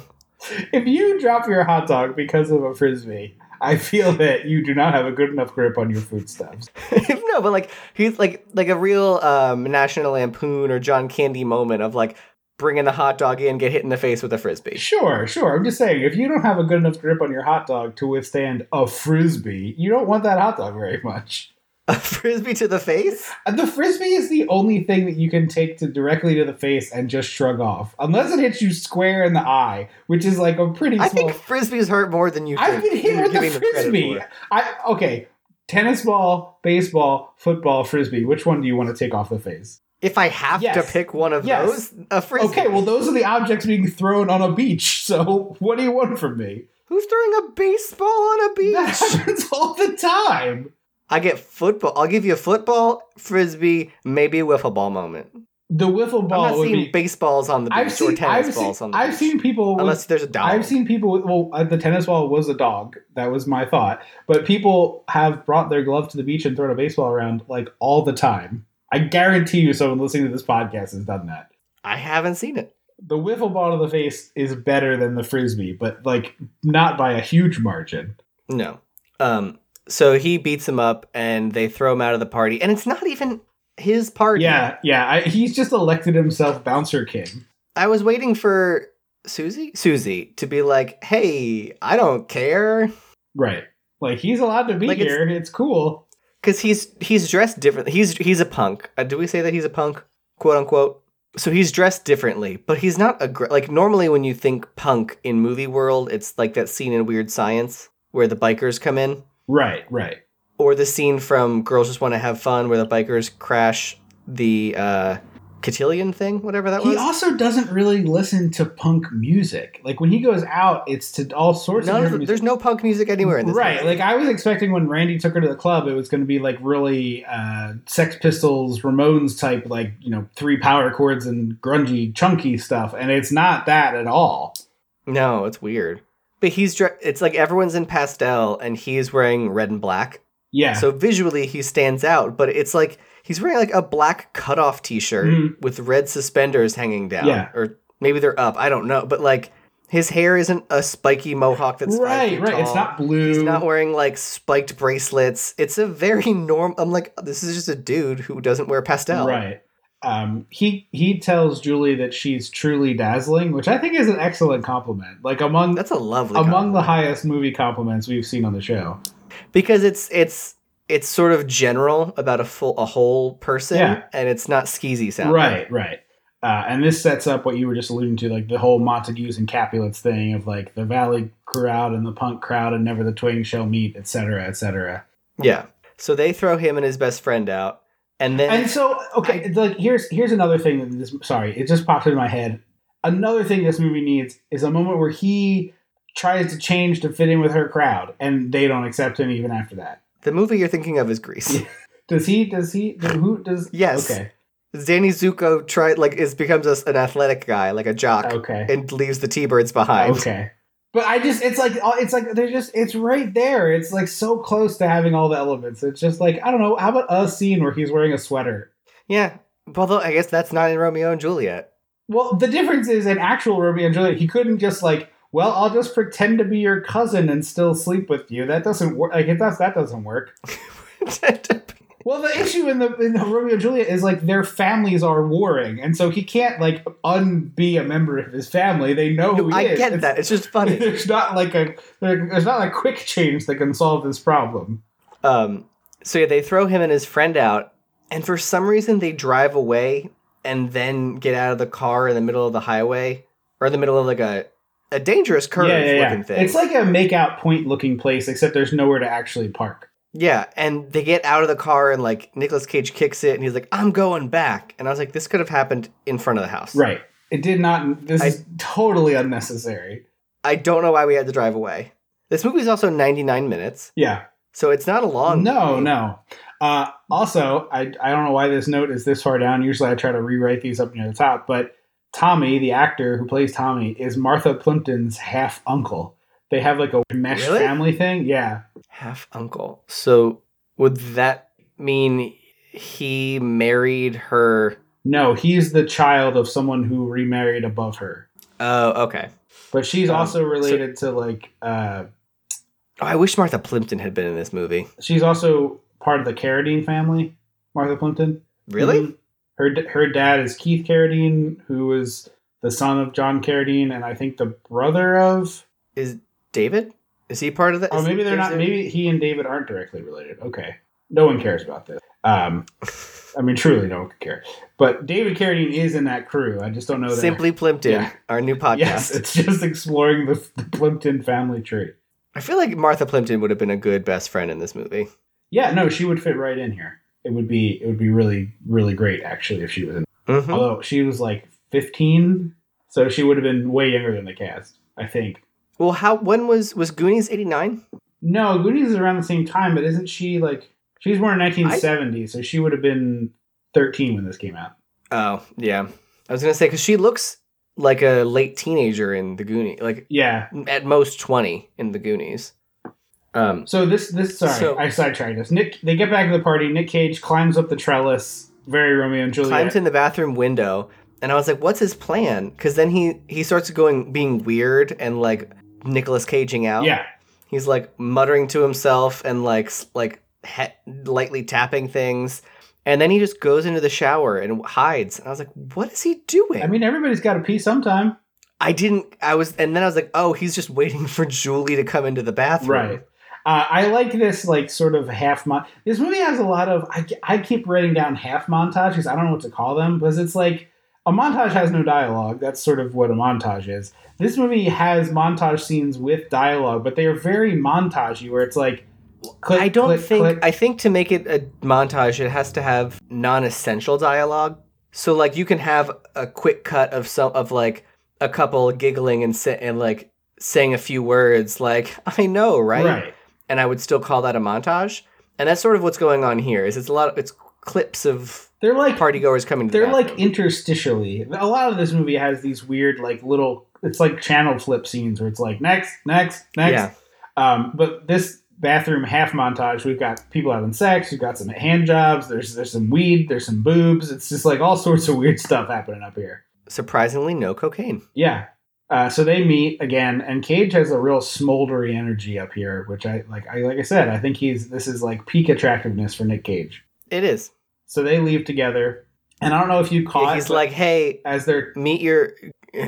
S1: If you drop your hot dog because of a frisbee, I feel that you do not have a good enough grip on your foodstuffs.
S2: no, but like he's like like a real um, National Lampoon or John Candy moment of like bringing the hot dog in, get hit in the face with a frisbee.
S1: Sure, sure. I'm just saying, if you don't have a good enough grip on your hot dog to withstand a frisbee, you don't want that hot dog very much.
S2: A frisbee to the face?
S1: And The frisbee is the only thing that you can take to directly to the face and just shrug off, unless it hits you square in the eye, which is like a pretty.
S2: I
S1: small
S2: think frisbees hurt more than you.
S1: I've
S2: think-
S1: been hit
S2: you're
S1: with
S2: giving
S1: the
S2: them credit
S1: frisbee.
S2: for.
S1: I okay. Tennis ball, baseball, football, frisbee. Which one do you want to take off the face?
S2: If I have to
S1: Yes.
S2: pick one of
S1: Yes.
S2: those, a frisbee.
S1: Okay, well those are the objects being thrown on a beach. So what do you want from me?
S2: who's throwing a baseball on a
S1: That
S2: beach?
S1: happens all the time.
S2: I get football. I'll give you a football, frisbee, maybe a wiffle ball moment.
S1: The wiffle
S2: I'm
S1: ball
S2: not
S1: would
S2: seeing
S1: be.
S2: baseballs on the beach
S1: I've
S2: or
S1: seen.
S2: tennis
S1: I've seen,
S2: balls on the
S1: I've
S2: beach.
S1: seen people. With,
S2: Unless there's a dog.
S1: I've seen people. With, well, uh, the tennis ball was a dog. That was my thought. But people have brought their glove to the beach and thrown a baseball around like all the time. I guarantee you, someone listening to this podcast has done that.
S2: I haven't seen it.
S1: the wiffle ball to the face is better than the frisbee, but like not by a huge margin.
S2: No. Um. So he beats him up, and they throw him out of the party, and it's not even his party.
S1: Yeah, yeah. I, he's just elected himself bouncer king.
S2: I was waiting for Susie, Susie, to be like, "Hey, I don't care,"
S1: Right. Like he's allowed to be
S2: Like, it's-
S1: here. It's, cool.
S2: because he's he's dressed differently. He's he's a punk. Uh, do we say that he's a punk, quote unquote? So he's dressed differently, but he's not aggr- like normally when you think punk in movie world, it's like that scene in Weird Science where the bikers come in.
S1: Right, right.
S2: or the scene from Girls Just Want to Have Fun where the bikers crash the uh, cotillion thing, whatever that
S1: He
S2: was.
S1: also doesn't really listen to punk music. Like when he goes out, it's to all sorts
S2: None
S1: of
S2: of
S1: different
S2: the- there's no punk music anywhere in this.
S1: right.
S2: movie.
S1: Like I was expecting when Randy took her to the club, it was going to be like really uh, Sex Pistols, Ramones type, like you know, three power chords and grungy, chunky stuff, and it's not that at all.
S2: no, it's weird. But he's dre- it's like everyone's in pastel and he's wearing red and black.
S1: Yeah.
S2: So visually he stands out, but it's like he's wearing like a black cutoff t-shirt
S1: Mhm.
S2: with red suspenders hanging down
S1: Yeah.
S2: or maybe they're up, I don't know, but like his hair isn't a spiky mohawk that's five
S1: right,
S2: feet
S1: right. It's
S2: tall.
S1: not blue.
S2: He's not wearing like spiked bracelets. It's a very normal. I'm like, this is just a dude who doesn't wear pastel.
S1: Right. Um, he he tells Julie that she's truly dazzling, which I think is an excellent compliment. Like among
S2: That's a lovely.
S1: among the
S2: compliment.
S1: highest movie compliments we've seen on the show.
S2: because it's it's it's sort of general about a full a whole person,
S1: Yeah.
S2: and it's not skeezy sound.
S1: Right, right. Uh, and this sets up what you were just alluding to, like the whole Montagues and Capulets thing of like the Valley crowd and the punk crowd, and never the twain shall meet, et cetera, et cetera.
S2: Yeah. So they throw him and his best friend out, and then
S1: And so, okay, like here's here's another thing that this. Sorry, it just popped into my head. Another thing this movie needs is a moment where he tries to change to fit in with her crowd, and they don't accept him even after that.
S2: the movie you're thinking of is Grease.
S1: Does he? Does he? do- Who does?
S2: Yes.
S1: Okay.
S2: Danny Zuko try like is becomes a, an athletic guy, like a jock,
S1: Okay.
S2: and leaves the T-birds behind.
S1: Okay. But I just, it's like, uh, it's like, they're just, it's right there. It's like so close to having all the elements. It's just like, I don't know, how about a scene where he's wearing a sweater?
S2: Yeah. Although I guess that's not in Romeo and Juliet.
S1: Well, the difference is in actual Romeo and Juliet, he couldn't just like, well, I'll just pretend to be your cousin and still sleep with you. That doesn't work. Like, it does, that doesn't work. Oh, Well, the issue in the in the Romeo and Juliet is like their families are warring, and so he can't like unbe a member of his family. They know who he
S2: I
S1: is.
S2: get
S1: It's-
S2: that. It's just funny.
S1: There's not like a there- there's not a quick change that can solve this problem.
S2: um, so yeah, they throw him and his friend out, and for some reason they drive away and then get out of the car in the middle of the highway or in the middle of like a a dangerous curve looking thing.
S1: It's like a makeout point looking place, except there's nowhere to actually park.
S2: yeah, and they get out of the car and like Nicolas Cage kicks it and he's like, "I'm going back," and I was like, "This could have happened in front of the house."
S1: Right. It did not. This
S2: I-
S1: is totally unnecessary.
S2: I don't know why we had to drive away. This movie is also 99 minutes,
S1: Yeah.
S2: so it's not a long.
S1: No,
S2: movie.
S1: no. Uh, also, I, I don't know why this note is this far down. Usually I try to rewrite these up near the top, but Tommy, the actor who plays Tommy, is Martha Plimpton's half uncle. They have like a mesh
S2: Really?
S1: family thing. Yeah.
S2: Half uncle. So would that mean he married her.
S1: No, he's the child of someone who remarried above her.
S2: Oh, okay.
S1: But she's
S2: Um,
S1: also related to like uh
S2: Oh, I wish Martha Plimpton had been in this movie.
S1: she's also part of the Carradine family, Martha Plimpton.
S2: Really?
S1: Mhm. Her d- her dad is Keith Carradine, who is the son of John Carradine, and I think the brother of.
S2: Is David? Is he part of that?
S1: Oh,
S2: is-
S1: maybe they're
S2: there's
S1: not.
S2: a-
S1: Maybe he and David aren't directly related. Okay, no one cares about this. Um, I mean, truly, no one could care. But David Carradine is in that crew. I just don't know. That.
S2: Simply Plimpton,
S1: Yeah.
S2: our new podcast.
S1: yes, it's just exploring the, the Plimpton family tree.
S2: I feel like Martha Plimpton would have been a good best friend in this movie.
S1: Yeah, no, she would fit right in here. It would be it would be really really great actually if she was in.
S2: hmm
S1: Although she was like 15, so she would have been way younger than the cast, I think.
S2: Well, how when was was Goonies eighty nine?
S1: No, Goonies is around the same time, but isn't she like she was born in 1970, so she would have been 13 when this came out.
S2: Oh yeah, I was gonna say because she looks like a late teenager in the Goonies, like
S1: Yeah.
S2: at most twenty in the Goonies. Um,
S1: So this this sorry,
S2: So-
S1: I sidetracked us. Nick they get back to the party. Nick Cage climbs up the trellis, very Romeo and Juliet.
S2: climbs in the bathroom window, and I was like, "What's his plan?" Because then he he starts going being weird and like Nicholas caging out.
S1: yeah,
S2: He's like muttering to himself and like s- like he- lightly tapping things, and then he just goes into the shower and hides. And I was like, "What is he doing?"
S1: I mean everybody's got to pee sometime,
S2: I didn't. I was, and then I was like, "Oh, he's just waiting for Julie to come into the bathroom."
S1: right? Uh, I like this like sort of half mon. This movie has a lot of I, I keep writing down half montages. I don't know what to call them because it's like a montage has no dialogue. That's sort of what a montage is. This movie has montage scenes with dialogue, but they are very montagey, where it's like click,
S2: I don't
S1: click,
S2: think.
S1: click.
S2: I think to make it a montage, it has to have non-essential dialogue. So like, you can have a quick cut of some of like a couple giggling and sa- and like saying a few words, like "I know,
S1: right.
S2: and I would still call that a montage. And that's sort of what's going on here. Is it's a lot of it's clips of
S1: They're like
S2: partygoers coming. To the
S1: they're like
S2: bathroom.
S1: interstitially. A lot of this movie has these weird like little. It's like channel flip scenes where it's like next, next, next.
S2: yeah,
S1: Um, but this bathroom half montage, we've got people having sex, we've got some hand jobs, there's there's some weed, there's some boobs. It's just like all sorts of weird stuff happening up here.
S2: surprisingly no cocaine.
S1: Yeah. Uh, so they meet again, and Cage has a real smoldery energy up here, which I like. I like I said, I think he's this is like peak attractiveness for Nick Cage.
S2: It is.
S1: So they leave together, and I don't know if you caught.
S2: He's
S1: but
S2: like, hey,
S1: as they're
S2: meet your,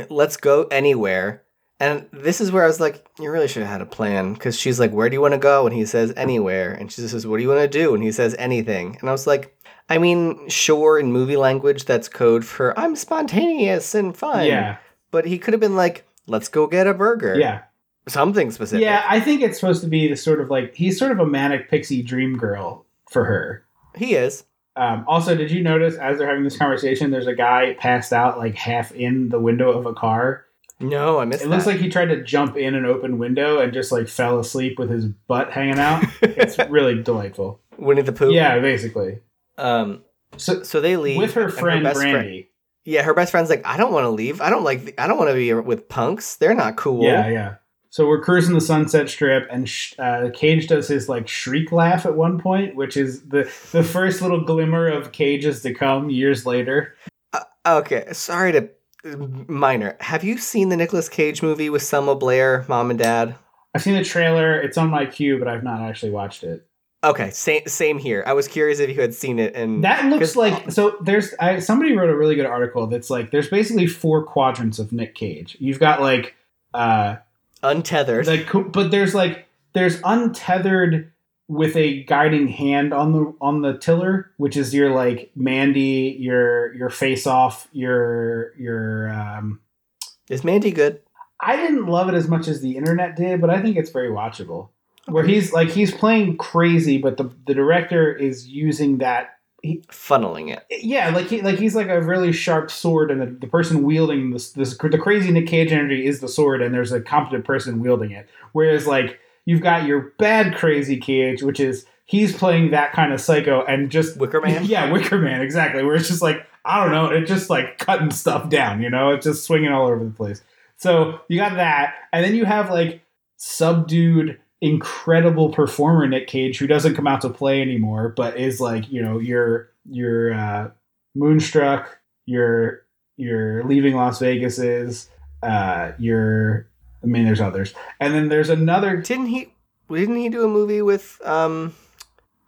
S2: let's go anywhere. And this is where I was like, you really should have had a plan because she's like, where do you want to go? And he says anywhere. And she says, what do you want to do? And he says anything. And I was like, I mean, sure, in movie language, that's code for I'm spontaneous and fun.
S1: yeah,
S2: But he could have been like, let's go get a burger.
S1: yeah,
S2: Something specific.
S1: yeah. I think it's supposed to be the sort of like he's sort of a manic pixie dream girl for her.
S2: He is.
S1: Um, also, did you notice as they're having this conversation, there's a guy passed out like half in the window of a car.
S2: No, I
S1: It
S2: missed
S1: looks
S2: that.
S1: like he tried to jump in an open window and just like fell asleep with his butt hanging out. it's really delightful.
S2: Winnie the Pooh.
S1: Yeah, basically.
S2: Um,
S1: So
S2: so they leave
S1: with her
S2: and
S1: friend
S2: best friend-
S1: Brandy.
S2: yeah, her best friend's like, I don't want to leave. I don't like. th- I don't want to be with punks. They're not cool.
S1: Yeah, yeah. So we're cruising the Sunset Strip, and sh- uh, Cage does his like shriek laugh at one point, which is the the first little glimmer of Cage's to come years later.
S2: Okay. Sorry to minor. Have you seen the Nicolas Cage movie with Selma Blair, Mom and Dad?
S1: I've seen the trailer; it's on my queue, but I've not actually watched it.
S2: Okay. Same. Same here. I was curious if you had seen it. And
S1: That looks
S2: 'Cause-
S1: like so. There's I, somebody wrote a really good article that's like there's basically four quadrants of Nick Cage. You've got like uh
S2: untethered.
S1: like co- but there's like there's untethered with a guiding hand on the on the tiller, which is your like Mandy, your your face off, your your. um
S2: is Mandy good?
S1: I didn't love it as much as the internet did, but I think it's very watchable. Where he's like he's playing crazy, but the the director is using that
S2: Funneling it.
S1: yeah, like he, like he's like a really sharp sword, and the, the person wielding this, this the crazy Nick Cage energy is the sword, and there's a competent person wielding it. Whereas like you've got your bad crazy Cage, which is he's playing that kind of psycho and just
S2: Wicker Man.
S1: yeah, Wicker Man exactly. Where it's just like I don't know, it's just like cutting stuff down, you know, it's just swinging all over the place. So you got that, and then you have like subdued, incredible performer Nick Cage, who doesn't come out to play anymore, but is like you know your your uh, Moonstruck, your your Leaving Las Vegas is, uh, your I mean, there's others, and then there's another.
S2: Didn't he? Didn't he do a movie with um,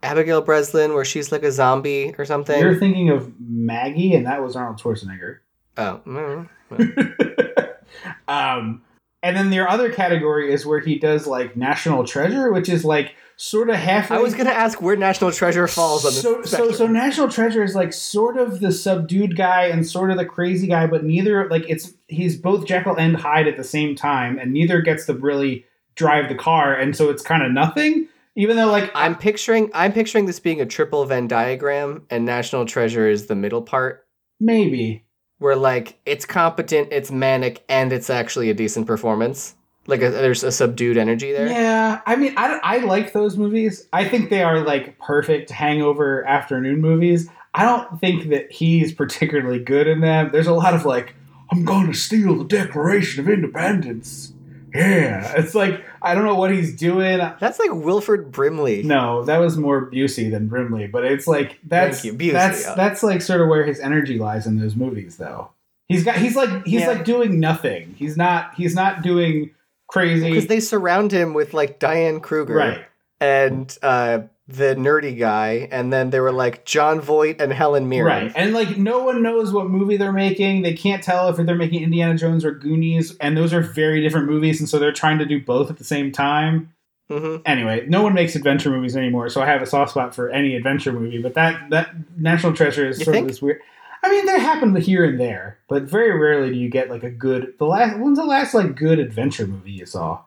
S2: Abigail Breslin where she's like a zombie or something?
S1: You're thinking of Maggie, and that was Arnold Schwarzenegger.
S2: oh, mm,
S1: um, and then your other category is where he does like National Treasure, which is like sort of halfway.
S2: I was gonna ask where National Treasure falls on this.
S1: so so
S2: spectrum.
S1: so National Treasure is like sort of the subdued guy and sort of the crazy guy, but neither like it's he's both Jekyll and Hyde at the same time, and neither gets to really drive the car, and so it's kind of nothing. Even though like
S2: I'm picturing I'm picturing this being a triple Venn diagram, and National Treasure is the middle part,
S1: maybe
S2: where like it's competent, it's manic, and it's actually a decent performance. Like a, there's a subdued energy there.
S1: Yeah, I mean, I, I like those movies. I think they are like perfect hangover afternoon movies. I don't think that he's particularly good in them. There's a lot of like, I'm going to steal the Declaration of Independence. Yeah, it's like I don't know what he's doing.
S2: That's like Wilford Brimley.
S1: No, that was more Busey than Brimley, but it's like that's
S2: you, Busey,
S1: that's
S2: yeah.
S1: that's like sort of where his energy lies in those movies, though. He's got he's like he's
S2: Yeah.
S1: like doing nothing. He's not he's not doing crazy.
S2: because they surround him with like Diane Kruger
S1: right.
S2: and uh, the nerdy guy, and then they were like John Voight and Helen Mirren.
S1: Right. And like no one knows what movie they're making. They can't tell if they're making Indiana Jones or Goonies, and those are very different movies, and so they're trying to do both at the same time.
S2: hmm
S1: Anyway, no one makes adventure movies anymore, so I have a soft spot for any adventure movie, but that that National Treasure is
S2: You
S1: sort
S2: think?
S1: of this weird I mean, they happen here and there, but very rarely do you get like a good the last when's the last like good adventure movie you saw?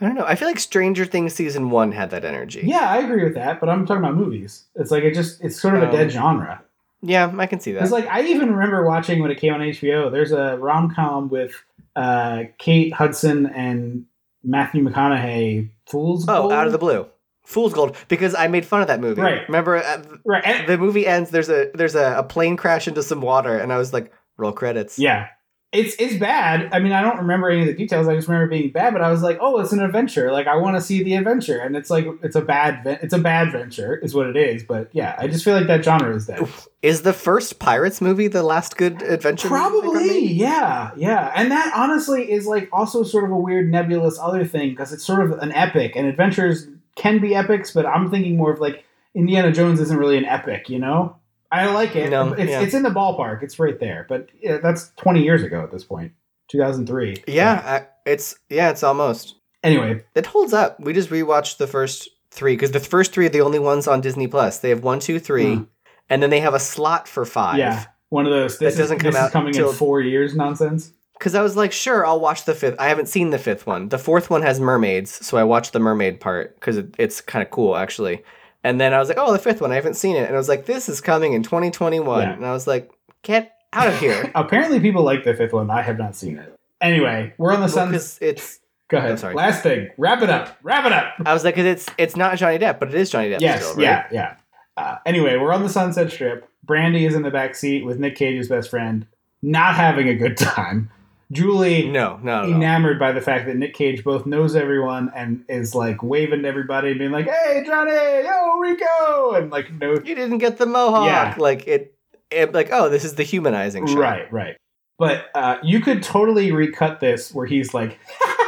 S2: I don't know. I feel like Stranger Things season one had that energy.
S1: Yeah, I agree with that, but I'm talking about movies. It's like it just it's sort of a
S2: Oh.
S1: dead genre.
S2: yeah, I can see that.
S1: It's like I even remember watching when it came on HBO. There's a rom com with uh, Kate Hudson and Matthew McConaughey. Fools.
S2: oh,
S1: Gold?
S2: out of the blue, Fool's Gold, because I made fun of that movie.
S1: Right.
S2: Remember, uh,
S1: right. and-
S2: the movie ends. There's a there's a, a plane crash into some water, and I was like, roll credits.
S1: yeah, it's it's bad. I mean, I don't remember any of the details. I just remember it being bad. But I was like, oh, it's an adventure. Like I want to see the adventure. And it's like it's a bad ven- it's a bad venture is what it is. But yeah, I just feel like that genre is dead.
S2: Is the first Pirates movie the last good adventure? movie that got
S1: Probably,
S2: made?
S1: yeah, yeah. And that honestly is like also sort of a weird nebulous other thing because it's sort of an epic, and adventures can be epics, but I'm thinking more of like Indiana Jones isn't really an epic, you know? I like it.
S2: No,
S1: it's,
S2: yeah.
S1: it's in the ballpark, it's right there, but yeah, that's 20 years ago at this point, 2003.
S2: Yeah, I, it's yeah, it's almost.
S1: Anyway,
S2: It holds up. We just rewatched the first three because the first three are the only ones on Disney Plus. They have one, two, three,
S1: Hmm.
S2: and then they have a slot for five.
S1: yeah, one of those. This
S2: That doesn't
S1: is,
S2: come
S1: this is
S2: out
S1: coming
S2: till-
S1: in four years nonsense.
S2: Because I was like, sure, I'll watch the fifth. I haven't seen the fifth one. The fourth one has mermaids, so I watched the mermaid part because it, it's kind of cool, actually. And then I was like, oh, the fifth one, I haven't seen it. And I was like, this is coming in 2021.
S1: Yeah.
S2: And I was like, get out of here.
S1: Apparently, people like the fifth one. I have not seen it. Anyway, we're on the sun.
S2: Because it's,
S1: Go ahead.
S2: I'm sorry.
S1: Last thing. Wrap it up. Wrap it up.
S2: I was like, 'cause it's it's not Johnny Depp, but it is Johnny Depp.
S1: Yes,
S2: still, right?
S1: yeah, yeah. Uh, anyway, we're on the Sunset Strip. Brandy is in the back seat with Nick Cage's best friend, not having a good time. Julie
S2: No, no, no.
S1: enamored by the fact that Nick Cage both knows everyone and is like waving to everybody and being like, "Hey, Johnny, yo, Rico," and like no,
S2: you didn't get the mohawk.
S1: Yeah.
S2: Like it, it, like oh, this is the humanizing shot.
S1: right, right. But uh, you could totally recut this where he's like.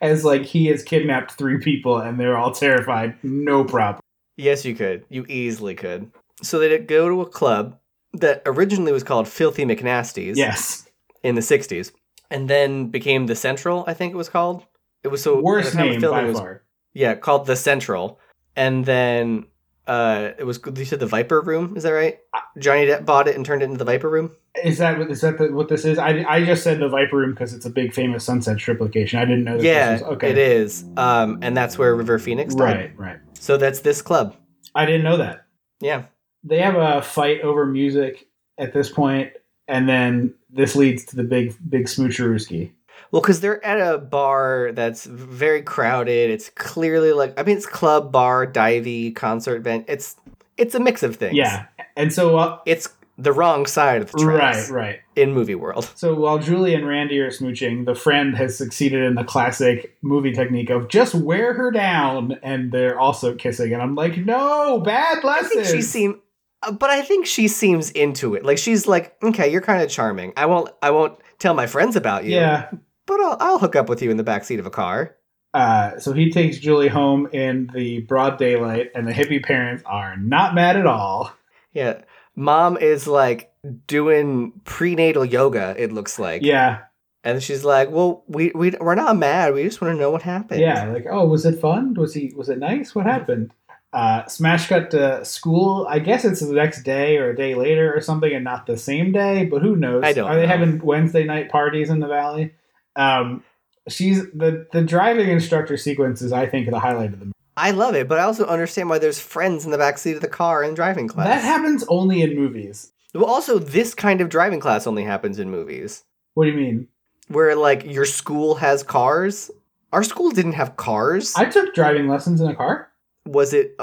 S1: As like he has kidnapped three people and they're all terrified, no problem.
S2: Yes, you could. You easily could. So they did go to a club that originally was called Filthy McNasties.
S1: Yes,
S2: In the '60s, and then became the Central. I think it was called. It was so at
S1: worst
S2: the time of
S1: name
S2: filming,
S1: by
S2: it was-
S1: far.
S2: Yeah, called the Central, and then uh, it was. You said the Viper Room. Is that right? Johnny Depp bought it and turned it into the Viper Room.
S1: Is that what is that the, what this is? I, I just said the Viper Room because it's a big famous Sunset Strip location. I didn't know. That
S2: Yeah,
S1: this was, okay,
S2: it is. Um, and that's where River Phoenix died.
S1: Right, right.
S2: So that's this club.
S1: I didn't know that
S2: Yeah.
S1: they have a fight over music at this point, and then this leads to the big big smoocherooski.
S2: Well, because they're at a bar that's very crowded. It's clearly like I mean, it's club, bar, divey, concert event. It's it's a mix of things.
S1: Yeah, and so uh,
S2: It's the wrong side of the
S1: right,
S2: tracks
S1: right.
S2: in movie world.
S1: So while Julie and Randy are smooching, the friend has succeeded in the classic movie technique of just wear her down, and they're also kissing. And I'm like, no, bad
S2: I
S1: lesson.
S2: think she seemed Uh, But I think she seems into it. Like she's like, okay, you're kind of charming. I won't, I won't tell my friends about you.
S1: Yeah.
S2: But I'll, I'll hook up with you in the backseat of a car.
S1: Uh, so he takes Julie home in the broad daylight, and the hippie parents are not mad at all.
S2: Yeah. Mom is like doing prenatal yoga. It looks like.
S1: Yeah,
S2: And she's like, well, we we we're not mad. We just want to know what happened.
S1: yeah. Like, oh, was it fun? Was he? Was it nice? What happened? Uh, smash cut to school. I guess it's the next day or a day later or something, and not the same day. But who knows?
S2: I don't
S1: Are they
S2: know.
S1: having Wednesday night parties in the valley? Um, she's the the driving instructor sequence is, I think, the highlight of the. Movie.
S2: I love it, but I also understand why there's friends in the backseat of the car in driving class.
S1: That happens only in movies.
S2: well, also this kind of driving class only happens in movies.
S1: What do you mean?
S2: where like your school has cars. Our school didn't have cars.
S1: I took driving lessons in a car.
S2: was it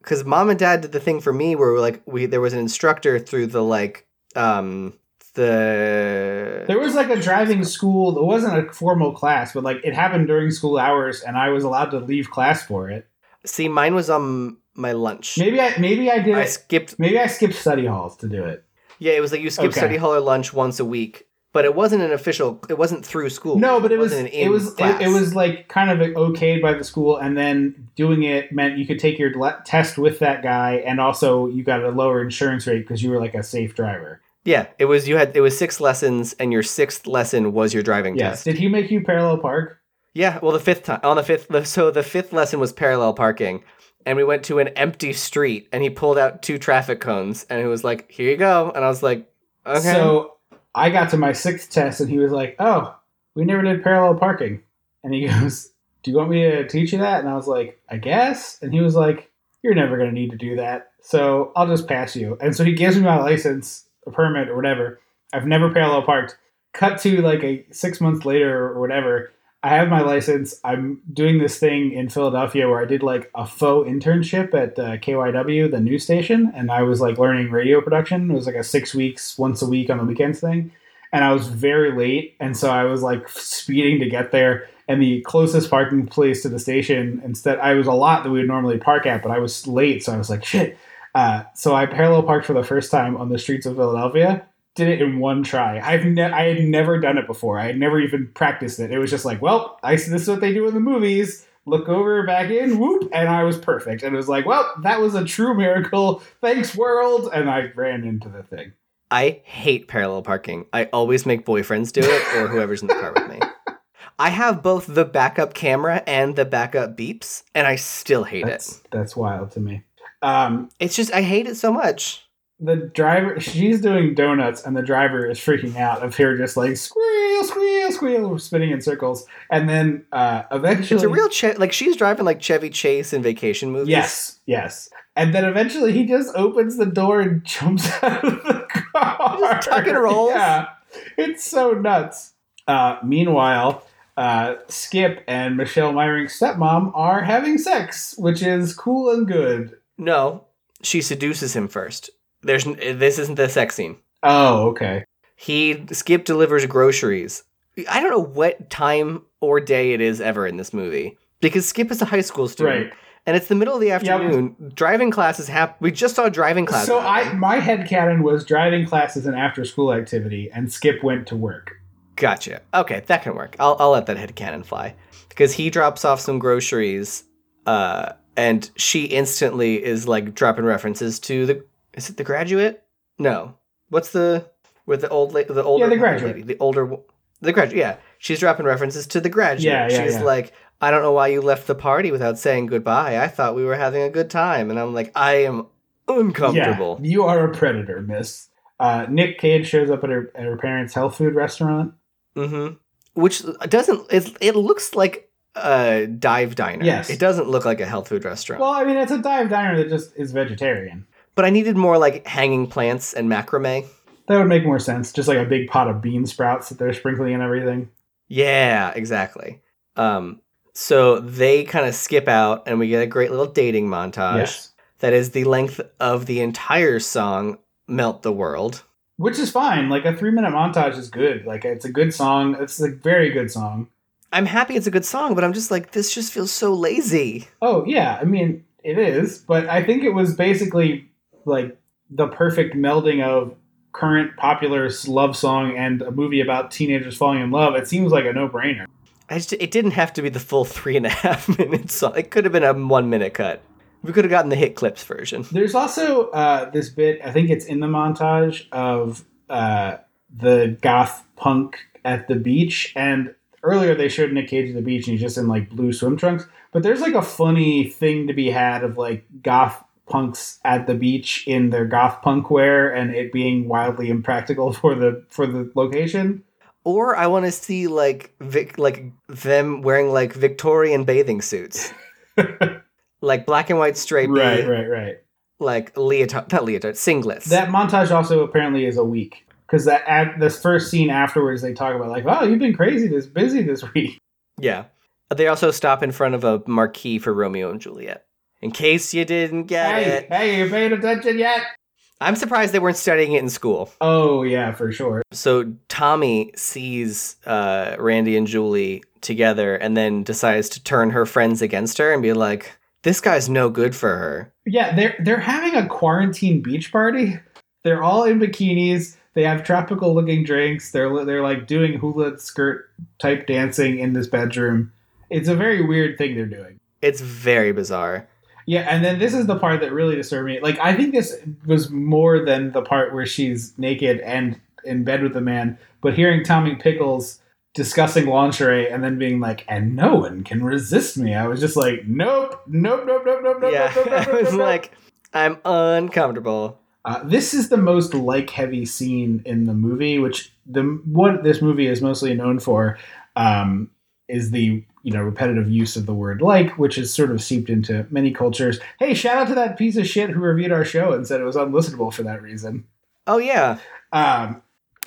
S2: because mom and dad did the thing for me where we're like we there was an instructor through the like um the
S1: There was like a driving school that wasn't a formal class, but like it happened during school hours, and I was allowed to leave class for it.
S2: see mine was on my lunch.
S1: Maybe I maybe I did
S2: I
S1: it.
S2: skipped.
S1: Maybe I skipped study halls to do it.
S2: Yeah, it was like you skip
S1: Okay.
S2: study hall or lunch once a week, but it wasn't an official. It wasn't through school.
S1: No, but it was
S2: wasn't an
S1: it was it,
S2: in-class.
S1: it was like kind of okayed by the school, and then doing it meant you could take your le- test with that guy, and also you got a lower insurance rate because you were like a safe driver.
S2: yeah. It was you had it was six lessons, and your sixth lesson was your driving
S1: Yes.
S2: test.
S1: Did he make you parallel park?
S2: Yeah, well, the fifth time on the fifth, the, so the fifth lesson was parallel parking, and we went to an empty street, and he pulled out two traffic cones, and he was like, "Here you go," and I was like, "Okay."
S1: So I got to my sixth test, and he was like, "Oh, we never did parallel parking," and he goes, "Do you want me to teach you that?" And I was like, "I guess," and he was like, "You're never going to need to do that, so I'll just pass you." And so he gives me my license, a permit, or whatever. I've never parallel parked. Cut to like a six months later or whatever. I have my license. I'm doing this thing in Philadelphia where I did like a faux internship at uh, KYW, the news station, and I was like learning radio production. It was like a six weeks, once a week on the weekends thing. And I was very late, and so I was like speeding to get there. And the closest parking place to the station, instead, I was a lot that we would normally park at, but I was late, so I was like, shit. Uh, so I parallel parked for the first time on the streets of Philadelphia did it in one try. I've ne- I had never done it before. I had never even practiced it. It was just like, well, I this is what they do in the movies. Look over, back in, whoop, and I was perfect. And it was like, well, that was a true miracle. Thanks, world. And I ran into the thing.
S2: I hate parallel parking. I always make boyfriends do it, or whoever's in the car with me. I have both the backup camera and the backup beeps, and I still hate
S1: That's
S2: it.
S1: that's wild to me. Um,
S2: It's just I hate it so much.
S1: the driver, she's doing donuts, and the driver is freaking out of her just like squeal, squeal, squeal, spinning in circles. And then uh, eventually,
S2: It's a real che- like she's driving like Chevy Chase in vacation movies.
S1: Yes, yes. And then eventually he just opens the door and jumps out of the car.
S2: Just tuck and rolls.
S1: Yeah. It's so nuts. Uh, meanwhile, uh, Skip and Michelle Myring's stepmom are having sex, which is cool and good.
S2: No, she seduces him first. There's n- this isn't the sex scene.
S1: Oh, okay.
S2: He Skip delivers groceries. I don't know what time or day it is ever in this movie because Skip is a high school student,
S1: Right.
S2: and it's the middle of the afternoon. Driving class is hap- We just saw driving class.
S1: So I
S2: happen.
S1: my headcanon was driving class is an after school activity and Skip went to work.
S2: gotcha. Okay, that can work. I'll I'll let that head cannon fly because he drops off some groceries, uh, and she instantly is like dropping references to the is it the graduate? No, what's the with the old lady? The older
S1: The
S2: not old
S1: Graduate.
S2: lady, the older wo- the graduate. Yeah, she's dropping references to the graduate.
S1: Yeah, yeah,
S2: she's
S1: yeah.
S2: like, I don't know why you left the party without saying goodbye. I thought we were having a good time, and I'm like, I am uncomfortable.
S1: Yeah, you are a predator, miss. Uh, Nick Cage shows up at her, at her parents' health food restaurant.
S2: Mm-hmm. Which doesn't it? It looks like a dive diner.
S1: Yes.
S2: it doesn't look like a health food restaurant.
S1: Well, I mean, it's a dive diner that just is vegetarian.
S2: but I needed more like hanging plants and macrame.
S1: That would make more sense. Just like a big pot of bean sprouts that they're sprinkling and everything.
S2: Yeah, exactly. Um, so they kind of skip out, and we get a great little dating montage
S1: Yes.
S2: that is the length of the entire song "Melt the World."
S1: Which is fine. Like a three minute montage is good. Like it's a good song. It's a very good song.
S2: I'm happy it's a good song, but I'm just like this just feels so lazy.
S1: Oh, yeah. I mean, it is. But I think it was basically like the perfect melding of current popular love song and a movie about teenagers falling in love, it seems like a no brainer.
S2: I just, it didn't have to be the full three and a half minutes. song. It could have been a one minute cut. We could have gotten the hit clips version.
S1: There's also uh, this bit. I think it's in the montage of uh, the goth punk at the beach. And earlier they showed Nick Cage at the beach, and he's just in like blue swim trunks. But there's like a funny thing to be had of like goth punks at the beach in their goth punk wear, and it being wildly impractical for the for the location.
S2: Or I want to see like Vic, like them wearing like Victorian bathing suits, like black and white straight,
S1: Right,
S2: beat,
S1: right, right.
S2: like leotard, not leotard, singlets.
S1: That montage also apparently is a week because that at this first scene afterwards they talk about like, wow, you've been crazy this busy this week.
S2: yeah. They also stop in front of a marquee for Romeo and Juliet. In case you didn't get
S1: Hey,
S2: it,
S1: hey, you paying attention yet?
S2: I'm surprised they weren't studying it in school.
S1: Oh yeah, for sure.
S2: So Tommy sees uh, Randy and Julie together and then decides to turn her friends against her and be like, this guy's no good for her.
S1: Yeah, they're they're having a quarantine beach party. They're all in bikinis. They have tropical looking drinks. They're li- they're like doing hula skirt type dancing in this bedroom. It's a very weird thing they're doing.
S2: It's very bizarre.
S1: Yeah, and then this is the part that really disturbed me. Like I think this was more than the part where she's naked and in bed with the man, but hearing Tommy Pickles discussing lingerie and then being like, and no one can resist me. I was just like, nope, nope, nope, nope, nope, nope,
S2: yeah,
S1: nope, nope, nope,
S2: I was
S1: nope, nope.
S2: like, I'm uncomfortable.
S1: Uh, this is the most like heavy scene in the movie, which the what this movie is mostly known for um, is the you know repetitive use of the word like, which is sort of seeped into many cultures. Hey, shout out to that piece of shit who reviewed our show and said it was unlistenable for that reason.
S2: Oh, yeah.
S1: Um,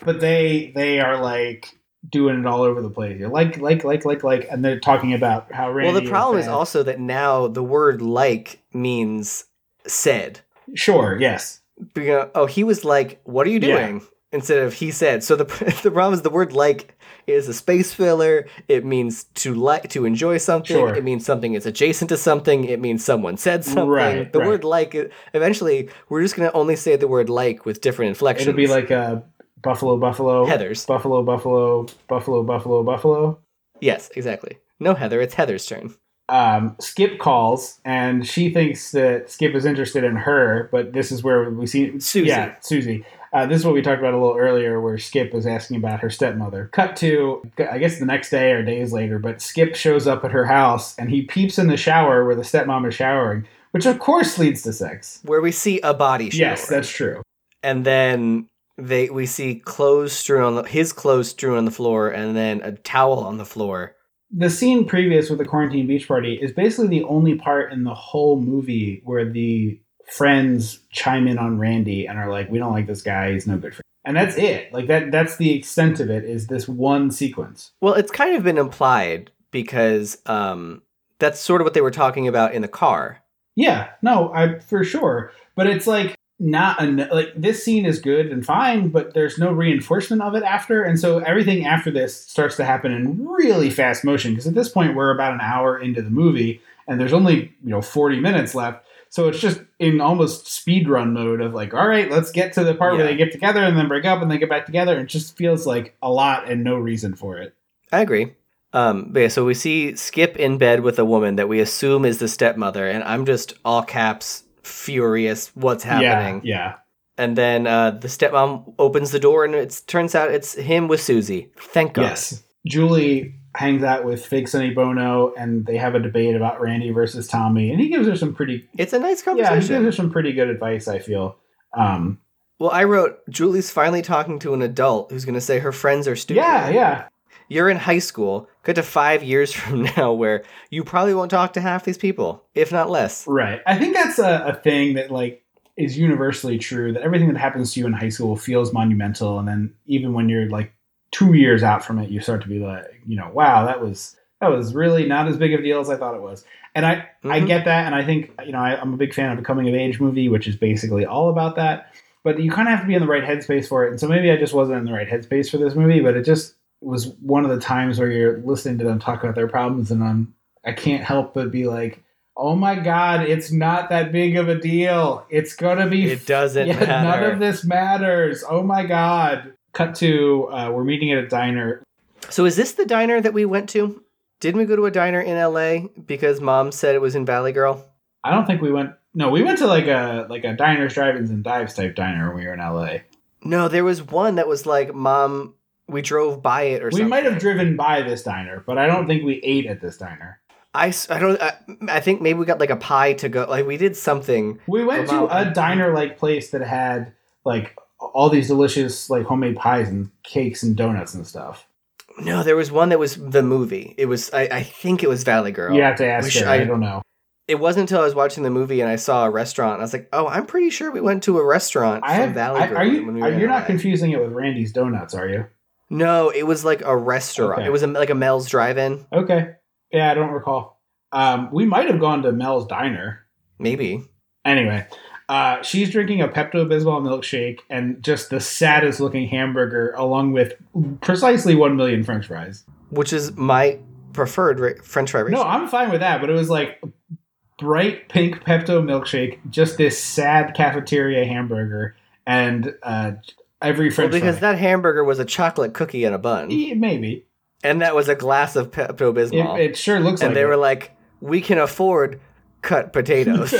S1: but they they are like doing it all over the place. You're like like like like like, and they're talking about how Randy.
S2: well, the problem is
S1: bad.
S2: also that now the word like means said.
S1: sure yes
S2: You know, oh, he was like, what are you
S1: Yeah.
S2: doing? Instead of he said. So the, the problem is the word like is a space filler. It means to like, to enjoy something.
S1: Sure.
S2: It means something is adjacent to something. It means someone said something.
S1: Right,
S2: the
S1: right.
S2: word like, e, eventually, we're just going to only say the word like with different inflections.
S1: it'll be like oh, a buffalo buffalo
S2: Heather's.
S1: Buffalo, Buffalo, Buffalo, Buffalo, Buffalo.
S2: Yes, exactly. No, Heather, it's Heather's turn.
S1: Um, Skip calls, and she thinks that Skip is interested in her, but this is where we see
S2: Susie.
S1: Yeah, Susie. Uh, this is what we talked about a little earlier, where Skip was asking about her stepmother. Cut to, I guess, the next day or days later, but Skip shows up at her house, and he peeps in the shower where the stepmom is showering, which of course leads to sex.
S2: Where we see a body shower.
S1: Yes, that's true.
S2: and then they we see clothes strewn on the, his clothes strewn on the floor, and then a towel on the floor.
S1: the scene previous with the quarantine beach party is basically the only part in the whole movie where the friends chime in on Randy and are like, "We don't like this guy. He's no good for." You. And that's it. Like that. That's the extent of it. Is this one sequence?
S2: Well, it's kind of been implied because um, that's sort of what they were talking about in the car.
S1: Yeah. No. I for sure. But it's like not an, like this scene is good and fine, but there's no reinforcement of it after, and so everything after this starts to happen in really fast motion because at this point we're about an hour into the movie and there's only you know 40 minutes left. So it's just in almost speed run mode of like, all right, let's get to the part where
S2: Yeah.
S1: they get together and then break up and they get back together. It just feels like a lot and no reason for it.
S2: I agree. Um, but yeah, so we see Skip in bed with a woman that we assume is the stepmother, and I'm just all caps furious. What's happening?
S1: Yeah, yeah.
S2: And then uh, the stepmom opens the door, and it turns out it's him with Susie. Thank God.
S1: Yes. Julie hangs out with Fake Sonny Bono and they have a debate about Randy versus Tommy. And he gives her some pretty
S2: It's a nice
S1: yeah, he gives
S2: conversation.
S1: her some pretty good advice, I feel. Um
S2: Well, I wrote Julie's finally talking to an adult who's going to say her friends are stupid.
S1: Yeah, yeah.
S2: You're in high school. Good to five years from now, where you probably won't talk to half these people, if not less.
S1: Right. I think that's a, a thing that like is universally true that everything that happens to you in high school feels monumental and then even when you're like two years out from it you start to be like, you know, wow, that was that was really not as big of a deal as I thought it was. And I, I
S2: Mhm.
S1: get that, and I think you know I, I'm a big fan of a coming of age movie, which is basically all about that. But you kind of have to be in the right headspace for it, and so maybe I just wasn't in the right headspace for this movie. But it just was one of the times where you're listening to them talk about their problems, and I'm I can't help but be like, oh my god, it's not that big of a deal. It's gonna be
S2: It doesn't
S1: yeah,
S2: matter.
S1: None of this matters. Oh my god. Cut to uh, we're meeting at a diner.
S2: So is this the diner that we went to? Didn't we go to a diner in LA because mom said it was in Valley Girl?
S1: I don't think we went. No, we went to like a like a diners, drive-ins, and dives type diner when we were in LA.
S2: No, there was one that was like mom we drove by it or
S1: we
S2: something.
S1: might have driven by this diner, but I don't think we ate at this diner.
S2: I, s- I don't I, I think maybe we got like a pie to go like we did something.
S1: We went to
S2: Well,
S1: a diner like place that had like all these delicious like homemade pies and cakes and donuts and stuff.
S2: No, there was one that was the movie. It was I, I think it was Valley Girl.
S1: you have to ask
S2: we
S1: her.
S2: should-
S1: I,
S2: I-
S1: don't know.
S2: It wasn't until I was watching the movie and I saw a restaurant. I was like, "Oh, I'm pretty sure we went to a restaurant
S1: I
S2: from
S1: have.
S2: Valley
S1: I-
S2: Girl."
S1: are you?
S2: when we were
S1: are,
S2: in
S1: you're not
S2: LA.
S1: confusing it with Randy's Donuts, are you?
S2: No, it was like a restaurant.
S1: Okay.
S2: It was a, like a Mel's drive-in,
S1: Okay. Yeah, I don't recall. Um, we might have gone to Mel's diner.
S2: maybe.
S1: Anyway, uh, she's drinking a Pepto Bismol milkshake and just the saddest looking hamburger, along with precisely one million French fries.
S2: which is my preferred ra- French fry ratio.
S1: No, I'm fine with that, but it was like bright pink Pepto milkshake, just this sad cafeteria hamburger, and uh, every
S2: well,
S1: French
S2: because
S1: fry.
S2: that hamburger was a chocolate cookie and a bun,
S1: Yeah, Maybe
S2: and that was a glass of Pepto
S1: it,
S2: Bismol,
S1: it sure looks
S2: and
S1: like
S2: they
S1: it.
S2: were like, "We can afford cut potatoes."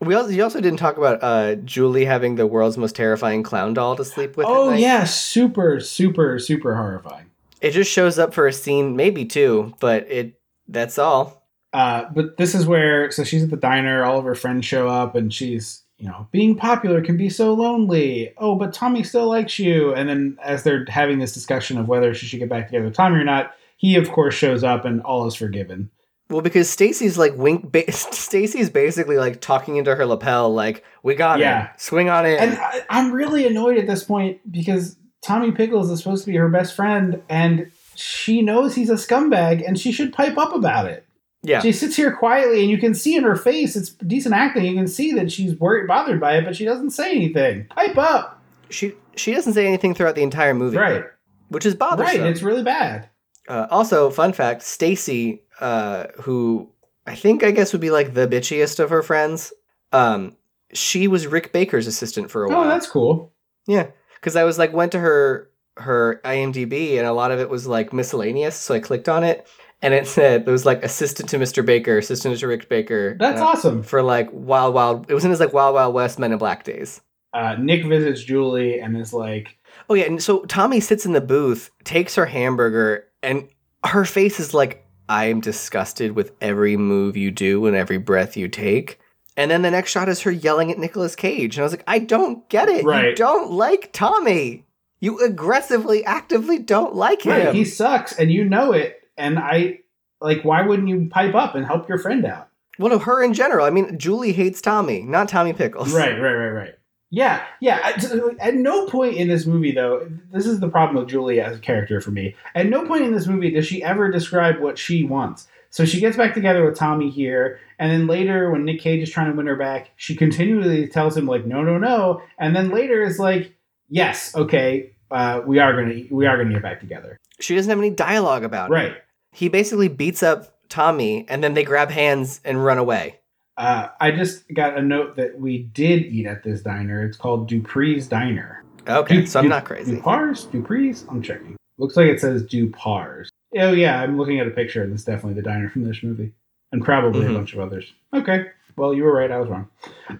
S2: we also you also didn't talk about uh, Julie having the world's most terrifying clown doll to sleep with. at
S1: oh
S2: night.
S1: yeah, super super super horrifying.
S2: it just shows up for a scene, maybe two, but it that's all.
S1: Uh, but this is where so she's at the diner all of her friends show up and she's you know being popular can be so lonely oh but tommy still likes you and then as they're having this discussion of whether she should get back together with tommy or not he of course shows up and all is forgiven
S2: Well, because Stacy's like wink, ba- Stacy's basically like talking into her lapel, like "We got
S1: Yeah.
S2: it, swing on it."
S1: and I, i'm really annoyed at this point because tommy pickles is supposed to be her best friend and she knows he's a scumbag and she should pipe up about it
S2: yeah,
S1: She sits here quietly, and you can see in her face, it's decent acting. You can see that she's worried, bothered by it, but she doesn't say anything. Pipe up.
S2: she she doesn't say anything throughout the entire movie,
S1: Right.
S2: Which is bothersome.
S1: Right. It's really bad.
S2: uh, also, fun fact: Stacy, uh, who I think I guess would be like the bitchiest of her friends, um, she was Rick Baker's assistant for a
S1: Oh,
S2: while.
S1: that's cool.
S2: yeah, because I was like went to her her IMDb and a lot of it was like miscellaneous, so I clicked on it and it said it was like assistant to Mr. Baker, assistant to Rick Baker.
S1: That's
S2: uh,
S1: awesome.
S2: For like Wild Wild, it was in his like Wild Wild West Men in Black days.
S1: Uh, Nick visits Julie and is like,
S2: Oh yeah, and so Tommy sits in the booth, takes her hamburger, and her face is like, "I am disgusted with every move you do and every breath you take." And then the next shot is her yelling at Nicolas Cage, and I was like, "I don't get it. You
S1: Right.
S2: don't like Tommy. You aggressively, actively don't like him."
S1: right, he sucks, and you know it. And I, like, why wouldn't you pipe up and help your friend out?
S2: well, no, her in general. I mean, Julie hates Tommy, not Tommy Pickles.
S1: Right, right, right, right. Yeah, yeah. I- t- At no point in this movie, though, this is the problem with Julia as a character for me. At no point in this movie does she ever describe what she wants. So she gets back together with Tommy here, and then later, when Nick Cage is trying to win her back, she continually tells him like, "No, no, no," and then later is like, "Yes, okay, uh, we are gonna we are gonna get back together."
S2: She doesn't have any dialogue about it.
S1: Right.
S2: He basically beats up Tommy, and then they grab hands and run away.
S1: Uh, I just got a note that we did eat at this diner. It's called Dupree's Diner.
S2: Okay,
S1: Du-
S2: so I'm
S1: Du-
S2: not crazy.
S1: Dupars? Dupree's? I'm checking. Looks like it says Dupars. Oh, yeah, I'm looking at a picture, and it's definitely the diner from this movie. And probably
S2: Mhm.
S1: a bunch of others. Okay. Well, you were right. I was wrong.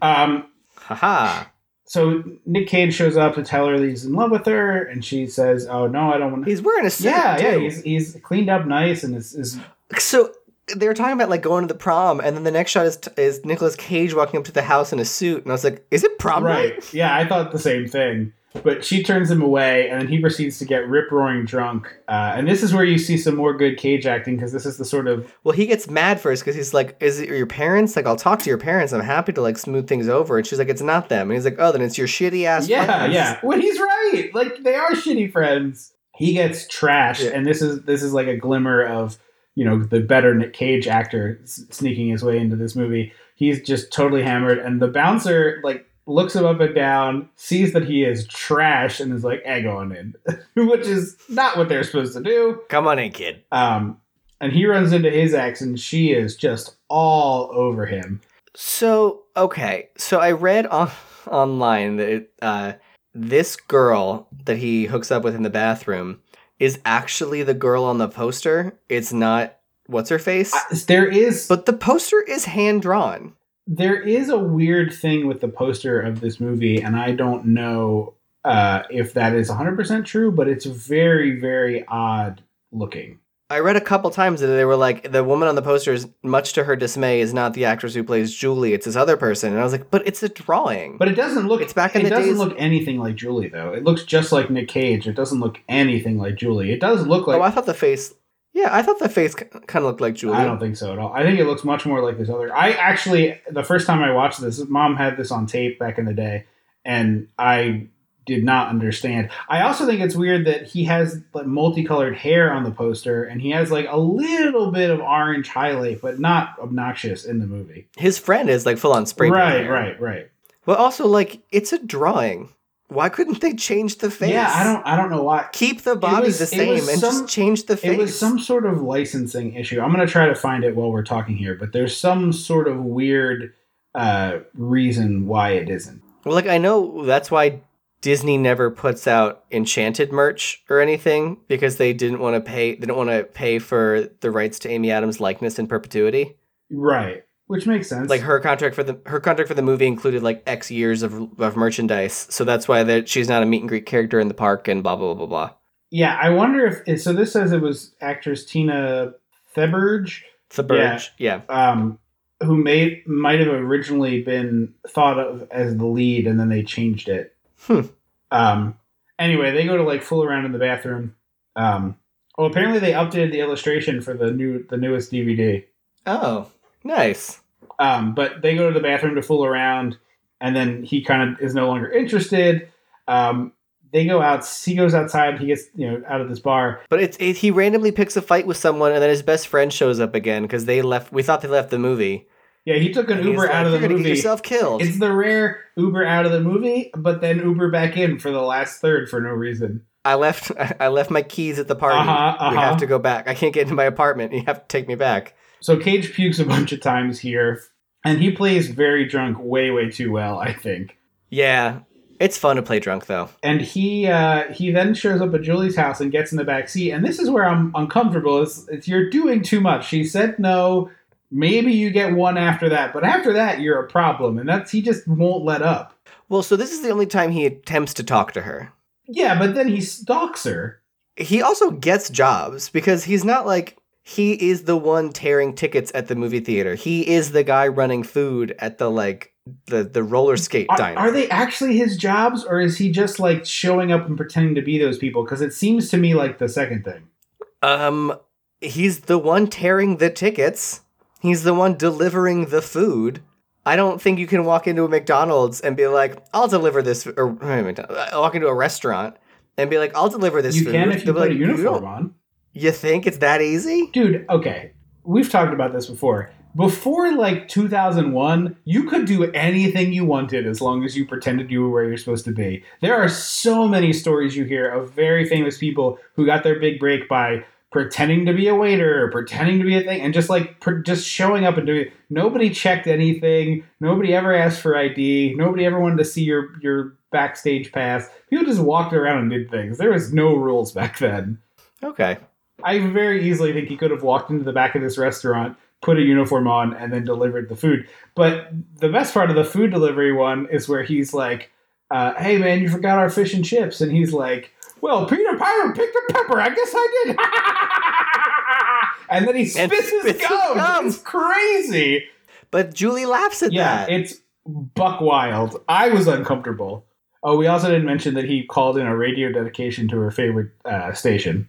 S1: Um,
S2: Haha.
S1: so Nick Cage shows up to tell her that he's in love with her, and she says, Oh, no, I don't want to.
S2: He's wearing a suit.
S1: Yeah, yeah,
S2: too.
S1: he's, he's cleaned up nice and is, is
S2: So they were talking about like going to the prom, and then the next shot is is Nicolas Cage walking up to the house in a suit, and I was like, "Is it prom
S1: right.
S2: night?"
S1: Yeah, I thought the same thing. But she turns him away, and then he proceeds to get rip roaring drunk. Uh, and this is where you see some more good Cage acting because this is the sort of
S2: Well, he gets mad first because he's like, "Is it your parents?" Like, I'll talk to your parents. I'm happy to like smooth things over. And she's like, "It's not them." And he's like, "Oh, then it's your shitty ass."
S1: yeah,
S2: friends."
S1: yeah. Well, he's right. Like they are shitty friends. He gets trashed,
S2: Yeah.
S1: and this is this is like a glimmer of you know the better Nick Cage actor s- sneaking his way into this movie. He's just totally hammered, and the bouncer like looks him up and down, sees that he is "Eh, trash, and is like, "Egg on in," which is not what they're supposed to do.
S2: Come on in, kid.
S1: Um, and he runs into his ex, and she is just all over him.
S2: So okay, so I read on online that it, uh, this girl that he hooks up with in the bathroom is actually the girl on the poster. It's not what's her face,
S1: I- There is
S2: but the poster is hand drawn.
S1: there is a weird thing with the poster of this movie, and I don't know uh, if that is 100% true, but it's very, very odd looking.
S2: I read a couple times that they were like the woman on the poster is much to her dismay is not the actress who plays Julie. It's this other person, and I was like, but it's a drawing.
S1: But it doesn't look.
S2: It's back in
S1: it
S2: the
S1: doesn't
S2: days-
S1: look anything like Julie though. It looks just like Nick Cage. It doesn't look anything like Julie. It does look like.
S2: oh, I thought the face. Yeah, I thought the face kind of looked like Julie.
S1: I don't think so at all. I think it looks much more like this other. I actually, the first time I watched this, mom had this on tape back in the day, and I did not understand. I also think it's weird that he has like multicolored hair on the poster, and he has like a little bit of orange highlight, but not obnoxious in the movie.
S2: His friend is like full on spray.
S1: right,
S2: paint.
S1: right, right.
S2: But also, like, it's a drawing. Why couldn't they change the face?
S1: Yeah, I don't, I don't know why.
S2: keep the body
S1: was-
S2: the
S1: it
S2: same
S1: was
S2: and
S1: some-
S2: just change the face.
S1: It was some sort of licensing issue. I'm going to try to find it while we're talking here, but there's some sort of weird uh, reason why it isn't.
S2: well, like I know that's why Disney never puts out Enchanted merch or anything because they didn't want to pay. They don't want to pay for the rights to Amy Adams' likeness in perpetuity.
S1: Right. Which makes sense.
S2: Like her contract for the her contract for the movie included like X years of of merchandise, so that's why that she's not a meet and greet character in the park and blah blah blah blah. blah.
S1: Yeah, I wonder if it, so. This says it was actress Tina Theberge,
S2: The Burge, yeah.
S1: um, who may might have originally been thought of as the lead, and then they changed it.
S2: Hmm.
S1: Um. Anyway, they go to like fool around in the bathroom. Um. Well, apparently they updated the illustration for the new the newest DVD.
S2: Oh, nice.
S1: Um, but they go to the bathroom to fool around, and then he kind of is no longer interested. Um, they go out. He goes outside. He gets you know out of this bar.
S2: But it's it, he randomly picks a fight with someone, and then his best friend shows up again because they left. We thought they left the movie.
S1: Yeah, he took an
S2: And he's
S1: Uber
S2: like,
S1: out of
S2: You're
S1: the
S2: gonna
S1: movie.
S2: Get yourself killed.
S1: It's the rare Uber out of the movie, but then Uber back in for the last third for no reason.
S2: I left. I left my keys at the party.
S1: Uh-huh,
S2: We
S1: uh-huh.
S2: have to go back. I can't get into my apartment. You have to take me back.
S1: So Cage pukes a bunch of times here, and he plays very drunk way, way too well, I think.
S2: Yeah, it's fun to play drunk though.
S1: And he uh, he then shows up at Julie's house and gets in the back seat. And this is where I'm uncomfortable. It's, it's you're doing too much. She said no. Maybe you get one after that, but after that you're a problem. And that's he just won't let up.
S2: Well, so this is the only time he attempts to talk to her.
S1: Yeah, but then he stalks her.
S2: He also gets jobs because he's not like he is the one tearing tickets at the movie theater. He is the guy running food at the like the the roller skate
S1: Are,
S2: diner.
S1: are they actually his jobs, or is he just like showing up and pretending to be those people? Because it seems to me like the second thing.
S2: Um, he's the one tearing the tickets. He's the one delivering the food. I don't think you can walk into a McDonald's and be like, "I'll deliver this," or wait, McDonald's- walk into a restaurant and be like, "I'll deliver this."
S1: you
S2: food.
S1: can if you
S2: They'll
S1: put
S2: be
S1: a
S2: like, "You
S1: uniform
S2: don't-
S1: on,
S2: You think it's that easy?
S1: dude. Okay, we've talked about this before. Before like 2001, you could do anything you wanted as long as you pretended you were where you're supposed to be. There are so many stories you hear of very famous people who got their big break by pretending to be a waiter or pretending to be a thing and just like pr- just showing up and doing it. Nobody checked anything. Nobody ever asked for ID. Nobody ever wanted to see your your backstage pass. People just walked around and did things. There was no rules back then.
S2: Okay.
S1: I very easily think he could have walked into the back of this restaurant, put a uniform on, and then delivered the food. But the best part of the food delivery one is where he's like, uh, "Hey man, you forgot our fish and chips," and he's like, "Well, Peter Piper picked a pepper. I guess I did." and then he
S2: And
S1: spits his
S2: spits his
S1: gum.
S2: gum.
S1: It's crazy.
S2: But Julie laughs at
S1: Yeah,
S2: that.
S1: it's buck wild. I was uncomfortable. Oh, we also didn't mention that he called in a radio dedication to her favorite uh, station.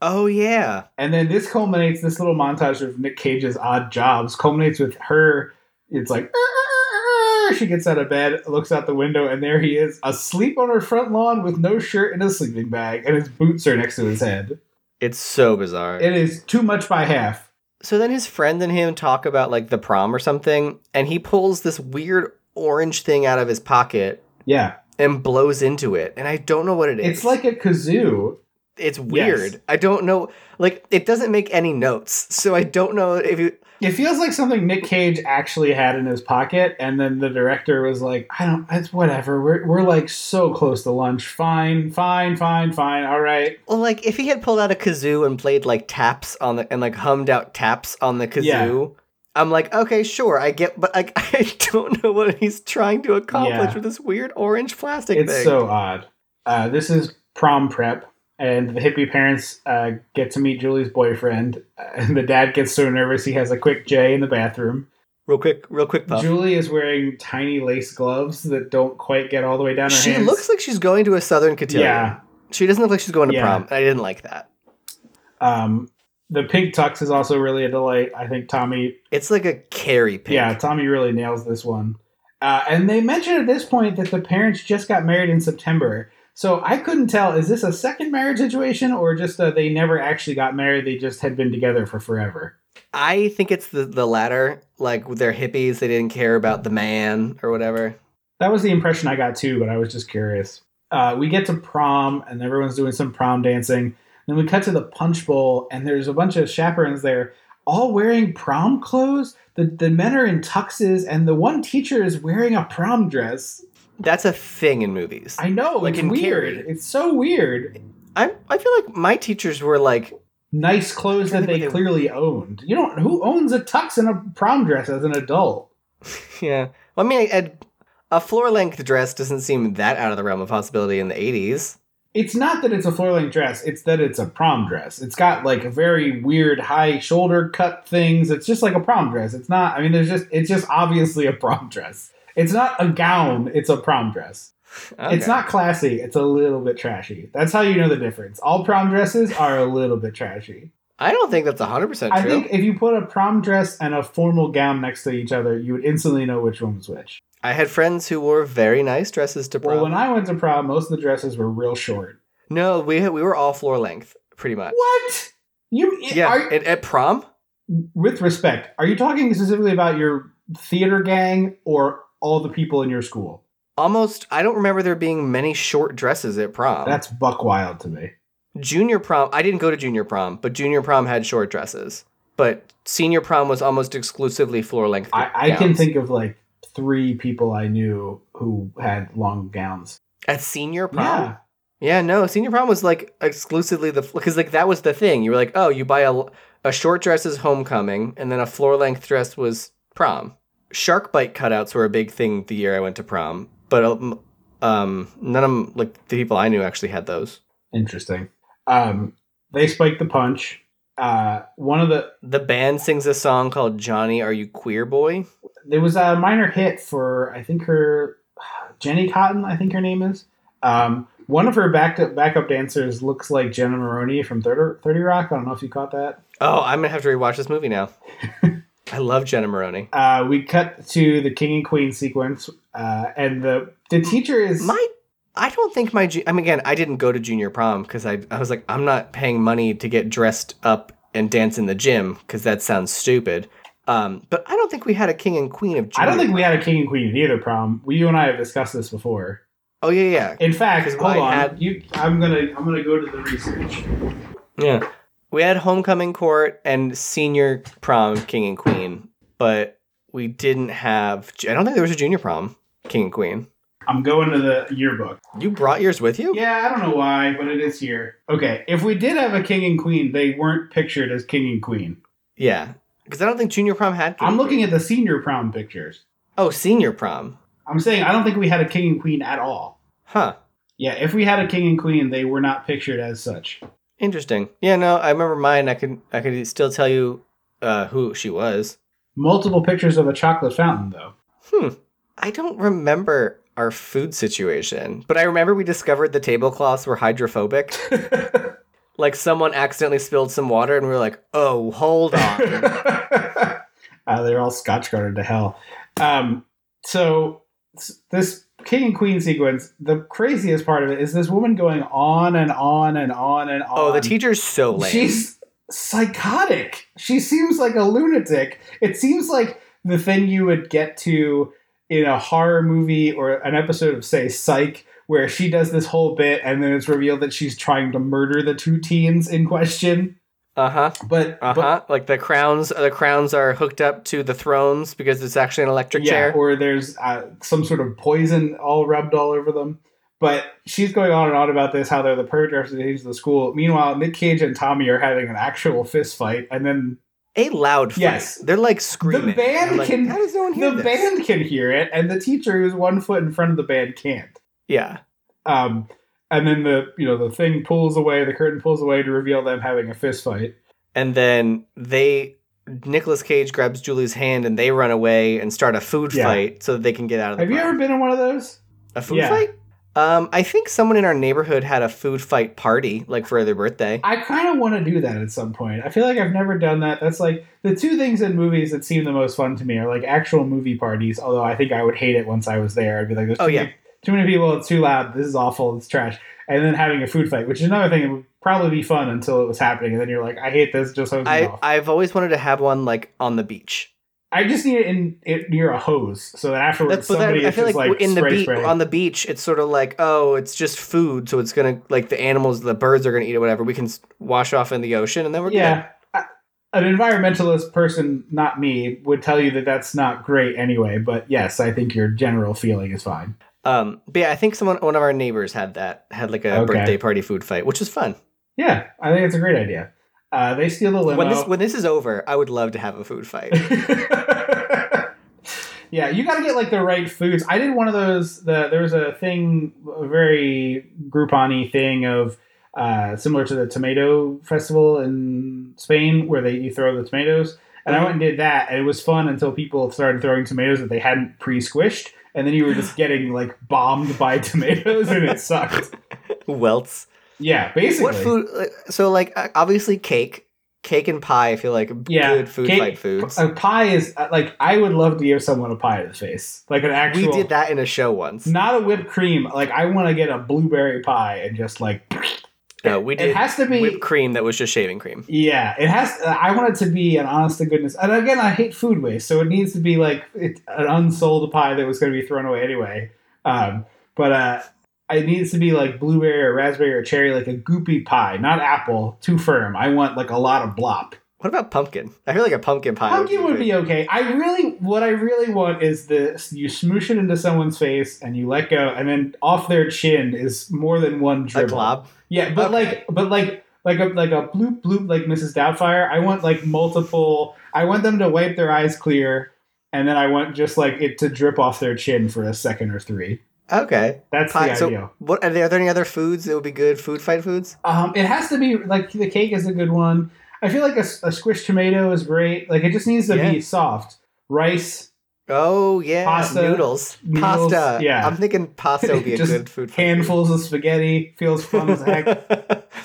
S2: oh yeah.
S1: And then this culminates, this little montage of Nick Cage's odd jobs culminates with her. It's like, "Ah, she gets out of bed, looks out the window, and there he is, asleep on her front lawn with no shirt and a sleeping bag, and his boots are next to his head.
S2: It's so bizarre.
S1: It is too much by half.
S2: So then his friend and him talk about like the prom or something, and he pulls this weird orange thing out of his pocket
S1: Yeah.
S2: and blows into it, and I don't know what it is.
S1: It's like a kazoo.
S2: it's weird. I don't know. Like it doesn't make any notes, so I don't know if you.
S1: It feels like something Nick Cage actually had in his pocket, and then the director was like, "I don't, it's whatever. We're we're like so close to lunch. Fine, fine, fine, fine. All right,
S2: Well, like if he had pulled out a kazoo and played like taps on the and like hummed out taps on the kazoo, I'm like, okay, sure, I get, but like I don't know what he's trying to accomplish
S1: Yeah.
S2: with this weird orange plastic
S1: it's
S2: thing.
S1: so odd." Uh, this is prom prep, and the hippie parents uh, get to meet Julie's boyfriend, uh, and the dad gets so nervous he has a quick J in the bathroom.
S2: real quick, real quick, puff.
S1: Julie is wearing tiny lace gloves that don't quite get all the way down her
S2: She
S1: hands.
S2: looks like she's going to a southern cotillion.
S1: yeah.
S2: She doesn't look like she's going to
S1: Yeah.
S2: prom. I didn't like that.
S1: Um, the pink tux is also really a delight. I think Tommy
S2: It's like a carry pink.
S1: Yeah, Tommy really nails this one. Uh, and they mentioned at this point that the parents just got married in September. So I couldn't tell is this a second marriage situation or just uh, they never actually got married? They just had been together for forever.
S2: I think it's the, the latter. Like they're hippies, they didn't care about the man or whatever.
S1: That was the impression I got too, but I was just curious. Uh, we get to prom and everyone's doing some prom dancing. Then we cut to the punch bowl and there's a bunch of chaperones there, all wearing prom clothes. The, the men are in tuxes and the one teacher is wearing a prom dress.
S2: That's a thing in movies.
S1: I know,
S2: Like
S1: it's
S2: in
S1: weird.
S2: Carrie.
S1: It's so weird.
S2: I I feel like my teachers were like,
S1: Nice clothes that they
S2: Everybody-
S1: clearly owned. You don't who owns a tux and a prom dress as an adult.
S2: yeah. Well, I mean, a, a floor length dress doesn't seem that out of the realm of possibility in the '80s.
S1: It's not that it's a floor length dress, it's that it's a prom dress. It's got like very weird high shoulder cut things. It's just like a prom dress. It's not I mean there's just it's just obviously a prom dress. It's not a gown, it's a prom dress. It's
S2: Okay.
S1: not classy, it's a little bit trashy. That's how you know the difference. All prom dresses are a little bit trashy.
S2: I don't think that's 100 percent
S1: I
S2: true.
S1: think if you put a prom dress and a formal gown next to each other, you would instantly know which one was which.
S2: I had friends who wore very nice dresses to prom.
S1: Well, when I went to prom, most of the dresses were real short.
S2: no, we had- we were all floor length pretty much.
S1: What? You
S2: Yeah,
S1: are,
S2: at, at prom.
S1: with respect, are you talking specifically about your theater gang or all the people in your school?
S2: Almost, I don't remember there being many short dresses at prom.
S1: That's buck wild to me.
S2: junior prom i didn't go to junior prom but junior prom had short dresses but senior prom was almost exclusively floor length
S1: I, I can
S2: gowns.
S1: think of like three people I knew who had long gowns.
S2: at senior prom yeah, no senior prom was like exclusively the because like that was the thing you were like oh you buy a, a short dress is homecoming and then a floor length dress was prom shark bite cutouts were a big thing the year i went to prom but um, um none of 'em- like the people i knew actually had those
S1: Interesting. Um, they spiked the punch. Uh, one of the
S2: the band sings a song called johnny are you queer boy
S1: there was a minor hit for I think her Jenny Cotton, I think her name is. Um, one of her back backup dancers looks like Jenna Maroney from 30, 30 Rock. I don't know if you caught that.
S2: Oh, I'm gonna have to rewatch this movie now. I love Jenna Maroney.
S1: Uh, we cut to the king and queen sequence, uh, and the the teacher is
S2: My, I don't think my. ju- I mean, again, I didn't go to junior prom because I, I was like, I'm not paying money to get dressed up and dance in the gym because that sounds stupid. Um, but I don't think we had a king and queen of.
S1: I
S2: Junior
S1: don't think we had a king and queen at either prom. We you and I have discussed this before.
S2: Oh yeah, yeah,
S1: In fact,
S2: 'Cause
S1: hold
S2: I
S1: on.
S2: had-
S1: you, I'm gonna I'm gonna go to the research.
S2: yeah. We had homecoming court and senior prom king and queen, but we didn't have. I don't think there was a junior prom king and queen.
S1: I'm going to the yearbook.
S2: You brought yours with you?
S1: Yeah, I don't know why, but it is here. Okay, if we did have a king and queen, they weren't pictured as king and queen.
S2: Yeah. Because I don't think junior prom had. king
S1: I'm
S2: and
S1: looking
S2: queen.
S1: at the senior prom pictures.
S2: Oh, senior prom.
S1: I'm saying I don't think we had a king and queen at all.
S2: Huh.
S1: Yeah, if we had a king and queen, they were not pictured as such.
S2: Interesting. Yeah, no, I remember mine. I could I could still tell you uh, who she was.
S1: Multiple pictures of a chocolate fountain, though.
S2: Hmm. I don't remember our food situation, but I remember we discovered the tablecloths were hydrophobic. like someone accidentally spilled some water, and we were like, "Oh, hold on."
S1: uh, they're all scotch guarded to hell. Um, so s- this king and queen sequence, the craziest part of it is this woman going on and on and on and on.
S2: oh, the teacher's so lame.
S1: She's psychotic. She seems like a lunatic. It seems like the thing you would get to in a horror movie or an episode of, say, Psych, where she does this whole bit and then it's revealed that she's trying to murder the two teens in question.
S2: Uh huh.
S1: But,
S2: Uh
S1: but
S2: huh. Like the crowns, the crowns are hooked up to the thrones because it's actually an electric chair.
S1: or there's uh, some sort of poison all rubbed all over them. But she's going on and on about this, how they're the perfect representation of the school. Meanwhile, Nick Cage and Tommy are having an actual fist fight, and then
S2: a loud fight.
S1: Yes.
S2: They're like screaming.
S1: the band
S2: I'm like,
S1: can
S2: How does no one hear
S1: the
S2: this?
S1: band can hear it, and the teacher who's one foot in front of the band can't.
S2: Yeah.
S1: Um, and then the you know the thing pulls away, the curtain pulls away to reveal them having a fist fight.
S2: And then they Nicolas Cage grabs Julie's hand and they run away and start a food
S1: Yeah.
S2: fight so that they can get out of the
S1: Have you
S2: bar.
S1: ever been in one of those?
S2: a food
S1: yeah.
S2: fight? Um, I think someone in our neighborhood had a food fight party, like for their birthday.
S1: I kind of want to do that at some point. I feel like I've never done that. That's like the two things in movies that seem the most fun to me are like actual movie parties. Although I think I would hate it once I was there. I'd be like, "There's
S2: Oh,
S1: too
S2: yeah.
S1: many, too many people. It's too loud. This is awful. It's trash." And then having a food fight, which is another thing that would probably be fun until it was happening, and then you're like, "I hate this." Just hose me
S2: I,
S1: off. I,
S2: I've always wanted to have one like on the beach.
S1: just need it in it near a hose so that afterwards
S2: That's but that,
S1: somebody
S2: I
S1: is
S2: feel
S1: just
S2: like,
S1: like,
S2: in the
S1: spray
S2: beach
S1: spray.
S2: on the beach, it's sort of like oh, it's just food, so it's gonna like the animals, the birds are gonna eat it, whatever. We can s- wash off in the ocean, and then we're good.
S1: yeah. I- An environmentalist person, not me, would tell you that that's not great anyway. But yes, I think your general feeling is fine.
S2: Um, but yeah, I think someone, one of our neighbors had that, had like a
S1: Okay.
S2: birthday party food fight, which is fun.
S1: Yeah, I think it's a great idea. Uh, they steal the limo.
S2: When this when this is over, I would love to have a food fight.
S1: yeah, you got to get like the right foods. I did one of those. The, there was a thing, a very Groupon-y thing of uh, similar to the tomato festival in Spain, where they you throw the tomatoes. And I
S2: Uh-huh.
S1: went and did that, and it was fun until people started throwing tomatoes that they hadn't pre-squished, and then you were just getting like bombed by tomatoes, and it sucked.
S2: Welts.
S1: Yeah, basically.
S2: What food? like, So like uh, obviously cake, cake and pie. I feel like
S1: Yeah,
S2: good food
S1: cake-
S2: fight foods.
S1: A pie is uh, like I would love to give someone a pie to the face, like an
S2: we
S1: actual.
S2: did that in a show once.
S1: Not a whipped cream. Like I want to get a blueberry pie and just like
S2: No, we did
S1: it has to be.
S2: whipped cream that was just shaving cream.
S1: yeah, it has. uh, I want it to be an honest to goodness. And again, I hate food waste, so it needs to be like it, an unsold pie that was going to be thrown away anyway. Um, but uh, it needs to be like blueberry or raspberry or cherry, like a goopy pie, not apple. Too firm. I want like a lot of blop.
S2: What about pumpkin? I feel like a pumpkin pie.
S1: Pumpkin would
S2: good.
S1: be okay. I really, what I really want is this: you smoosh it into someone's face and you let go, and then off their chin is more than one
S2: a
S1: dribble.
S2: glob.
S1: Yeah, but
S2: Okay.
S1: like, but like, like a like a bloop bloop like Mrs. Doubtfire. I want like multiple. I want them to wipe their eyes clear, and then I want just like it to drip off their chin for a second or three.
S2: Okay.
S1: That's
S2: Pie.
S1: the
S2: So
S1: ideal.
S2: what are there, are there any other foods that would be good food fight foods?
S1: Um, it has to be like the cake is a good one. I feel like a, s- a squished tomato is great. Like it just needs to
S2: Yeah.
S1: be soft. Rice,
S2: Oh yeah,
S1: Pasta.
S2: noodles,
S1: Noodles,
S2: pasta.
S1: yeah.
S2: I'm thinking pasta would be a
S1: Just
S2: good food. fight.
S1: handfuls of spaghetti feels fun as heck.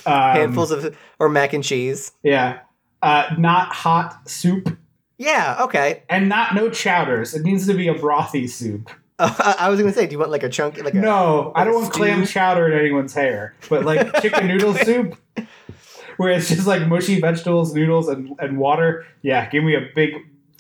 S1: Um,
S2: handfuls of or mac and cheese.
S1: yeah. Uh, not hot soup
S2: Yeah, okay.
S1: and not no chowders. It needs to be a brothy soup.
S2: I was gonna say, do you want like a chunk? Like a,
S1: No, I
S2: Like
S1: don't
S2: a
S1: want clam
S2: stew?
S1: chowder in anyone's hair, but like chicken noodle soup, where it's just like mushy vegetables, noodles, and, and water. Yeah, give me a big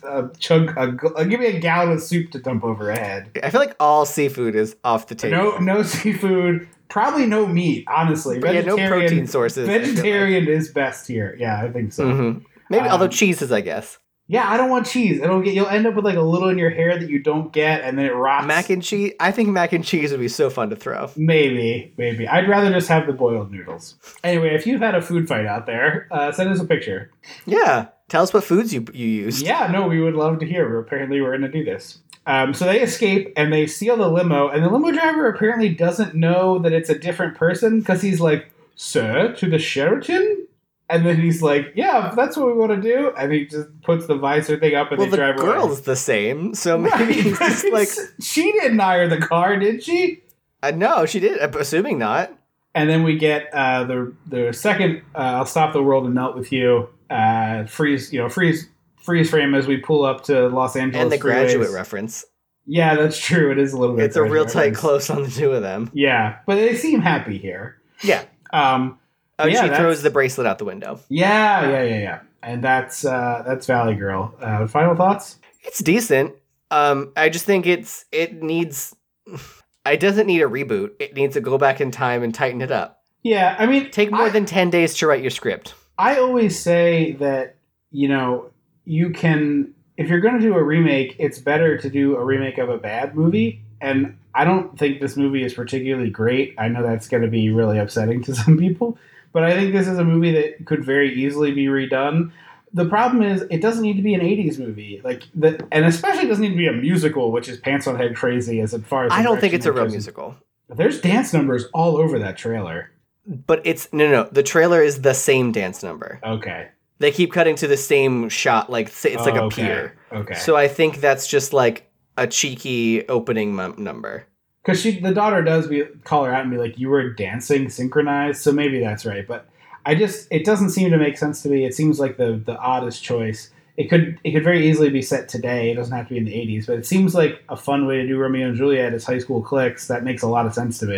S1: uh, chunk, a, gl- uh, give me a gallon of soup to dump over a head.
S2: I feel like all seafood is off the table.
S1: No, no seafood. Probably no meat. Honestly,
S2: yeah, no protein sources. I feel like.
S1: Vegetarian is best here. Yeah, I think so.
S2: Mhm. Maybe
S1: Um,
S2: although cheeses, I guess.
S1: Yeah, I don't want cheese. It'll get you'll end up with like a little in your hair that you don't get, and then it rots.
S2: Mac and cheese. I think mac and cheese would be so fun to throw.
S1: Maybe, maybe. I'd rather just have the boiled noodles. Anyway, if you've had a food fight out there, uh, send us a picture.
S2: Yeah. Tell us what foods you you used.
S1: Yeah, no, we would love to hear. We're, apparently, we're going to do this. Um, so they escape and they steal the limo, and the limo driver apparently doesn't know that it's a different person because he's like, "Sir, to the Sheraton." And then he's like, "Yeah, that's what we want to do." And he just puts the visor thing up, and
S2: Well,
S1: they
S2: the
S1: drive away.
S2: girl's the same, so maybe
S1: Right,
S2: he's just
S1: right.
S2: like,
S1: she didn't hire the car, did she?
S2: uh, no, she did. I'm assuming not.
S1: And then we get uh, the the second uh, "I'll stop the world and melt with you." Uh, freeze, you know, freeze, freeze frame as we pull up to Los Angeles.
S2: and the graduate
S1: freeways.
S2: reference.
S1: Yeah, that's true. It is a little bit.
S2: It's a real
S1: graduate
S2: tight
S1: reference.
S2: close on the two of them.
S1: Yeah, but they seem happy here.
S2: Yeah.
S1: Um.
S2: Oh, and
S1: Yeah,
S2: she
S1: that's-
S2: throws the bracelet out the window.
S1: Yeah. Yeah. Yeah. Yeah. And that's uh, that's Valley Girl. Uh, final thoughts.
S2: It's decent. Um, I just think it's it needs. It doesn't need a reboot. It needs to go back in time and tighten it up.
S1: Yeah, I mean,
S2: Take more
S1: I-
S2: than 10 days to write your script.
S1: I always say that, you know, you can, if you're going to do a remake, it's better to do a remake of a bad movie. And I don't think this movie is particularly great. I know that's going to be really upsetting to some people, but I think this is a movie that could very easily be redone. The problem is, it doesn't need to be an '80s movie, like the, and especially it doesn't need to be a musical, which is pants on head crazy as far as the
S2: I don't think
S1: direction
S2: it's a
S1: they've
S2: real
S1: chosen.
S2: musical.
S1: There's dance numbers all over that trailer.
S2: But it's no, no, no. The trailer is the same dance number.
S1: Okay,
S2: They keep cutting to the same shot, like s- it's like a
S1: Okay.
S2: pier.
S1: okay.
S2: So I think that's just like a cheeky opening mum number.
S1: because she the daughter does be call her out and be like you were dancing synchronized so maybe that's right but i just it doesn't seem to make sense to me it seems like the the oddest choice it could it could very easily be set today it doesn't have to be in the 80s but it seems like a fun way to do romeo and juliet is high school cliques that makes a lot of sense to me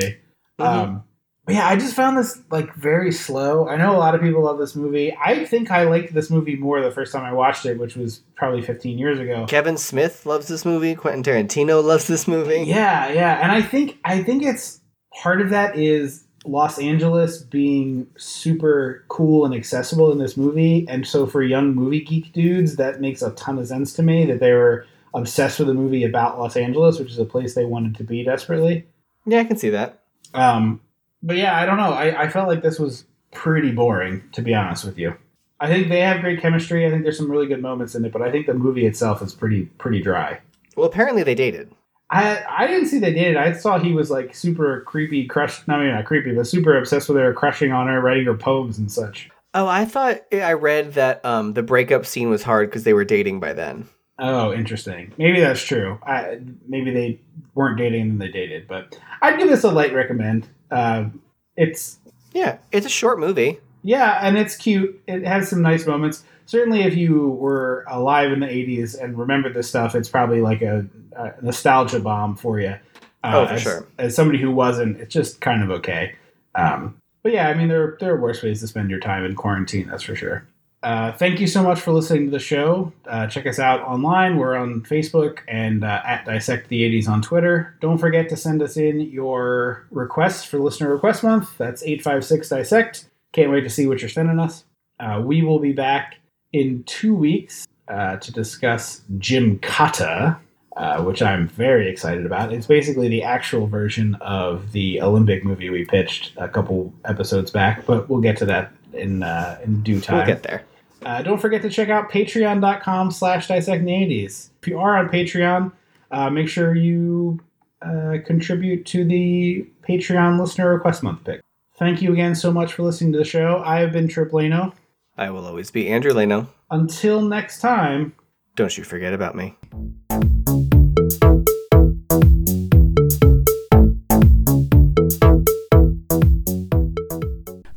S2: Mm-hmm.
S1: um but yeah i just found this like very slow i know a lot of people love this movie i think i liked this movie more the first time i watched it which was probably 15 years ago
S2: Kevin Smith loves this movie. Quentin Tarantino loves this movie.
S1: Yeah, yeah, and I think I think it's part of that is Los Angeles being super cool and accessible in this movie, and so for young movie geek dudes, that makes a ton of sense to me that they were obsessed with a movie about Los Angeles, which is a place they wanted to be desperately.
S2: Yeah, I can see that.
S1: Um, but yeah, I don't know. I, I felt like this was pretty boring, to be honest with you. I think they have great chemistry. I think there's some really good moments in it, but I think the movie itself is pretty pretty dry.
S2: Well, apparently they dated.
S1: I I didn't see they did. I saw he was like super creepy, crushed. No, maybe not creepy, but super obsessed with her, crushing on her, writing her poems and such.
S2: Oh, I thought I read that um, the breakup scene was hard because they were dating by then.
S1: Oh, interesting. Maybe that's true. I maybe they weren't dating and then they dated. But I'd give this a light recommend. Um it's
S2: Yeah, it's a short movie.
S1: Yeah, and it's cute. It has some nice moments. Certainly, if you were alive in the '80s and remembered this stuff, it's probably like a, a nostalgia bomb for you. Uh,
S2: Oh, for
S1: as,
S2: sure.
S1: As somebody who wasn't, it's just kind of okay. Um, but yeah, I mean, there there are worse ways to spend your time in quarantine. That's for sure. Uh, thank you so much for listening to the show. Uh, check us out online. We're on Facebook and uh, at Dissect the 80s on Twitter. Don't forget to send us in your requests for Listener Request Month. That's 856 Dissect. Can't wait to see what you're sending us. Uh, we will be back in two weeks uh, to discuss Jim Kata, uh, which I'm very excited about. It's basically the actual version of the Olympic movie we pitched a couple episodes back, but we'll get to that in uh, in due time.
S2: We'll get there.
S1: Uh, don't forget to check out patreon.com slash dissecting the 80s. If you are on Patreon, uh, make sure you uh, contribute to the Patreon listener request month pick. Thank you again so much for listening to the show. I have been Trip Leno.
S2: I will always be Andrew Leno.
S1: Until next time.
S2: Don't you forget about me.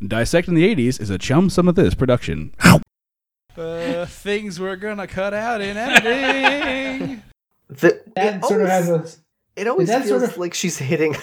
S6: Dissecting the 80s is a chum sum of this production. uh, things we're gonna cut out in editing.
S2: The,
S1: That
S2: it
S1: sort of
S2: always-
S1: has a.
S2: It always
S1: That
S2: feels
S1: sort of-
S2: like she's hitting.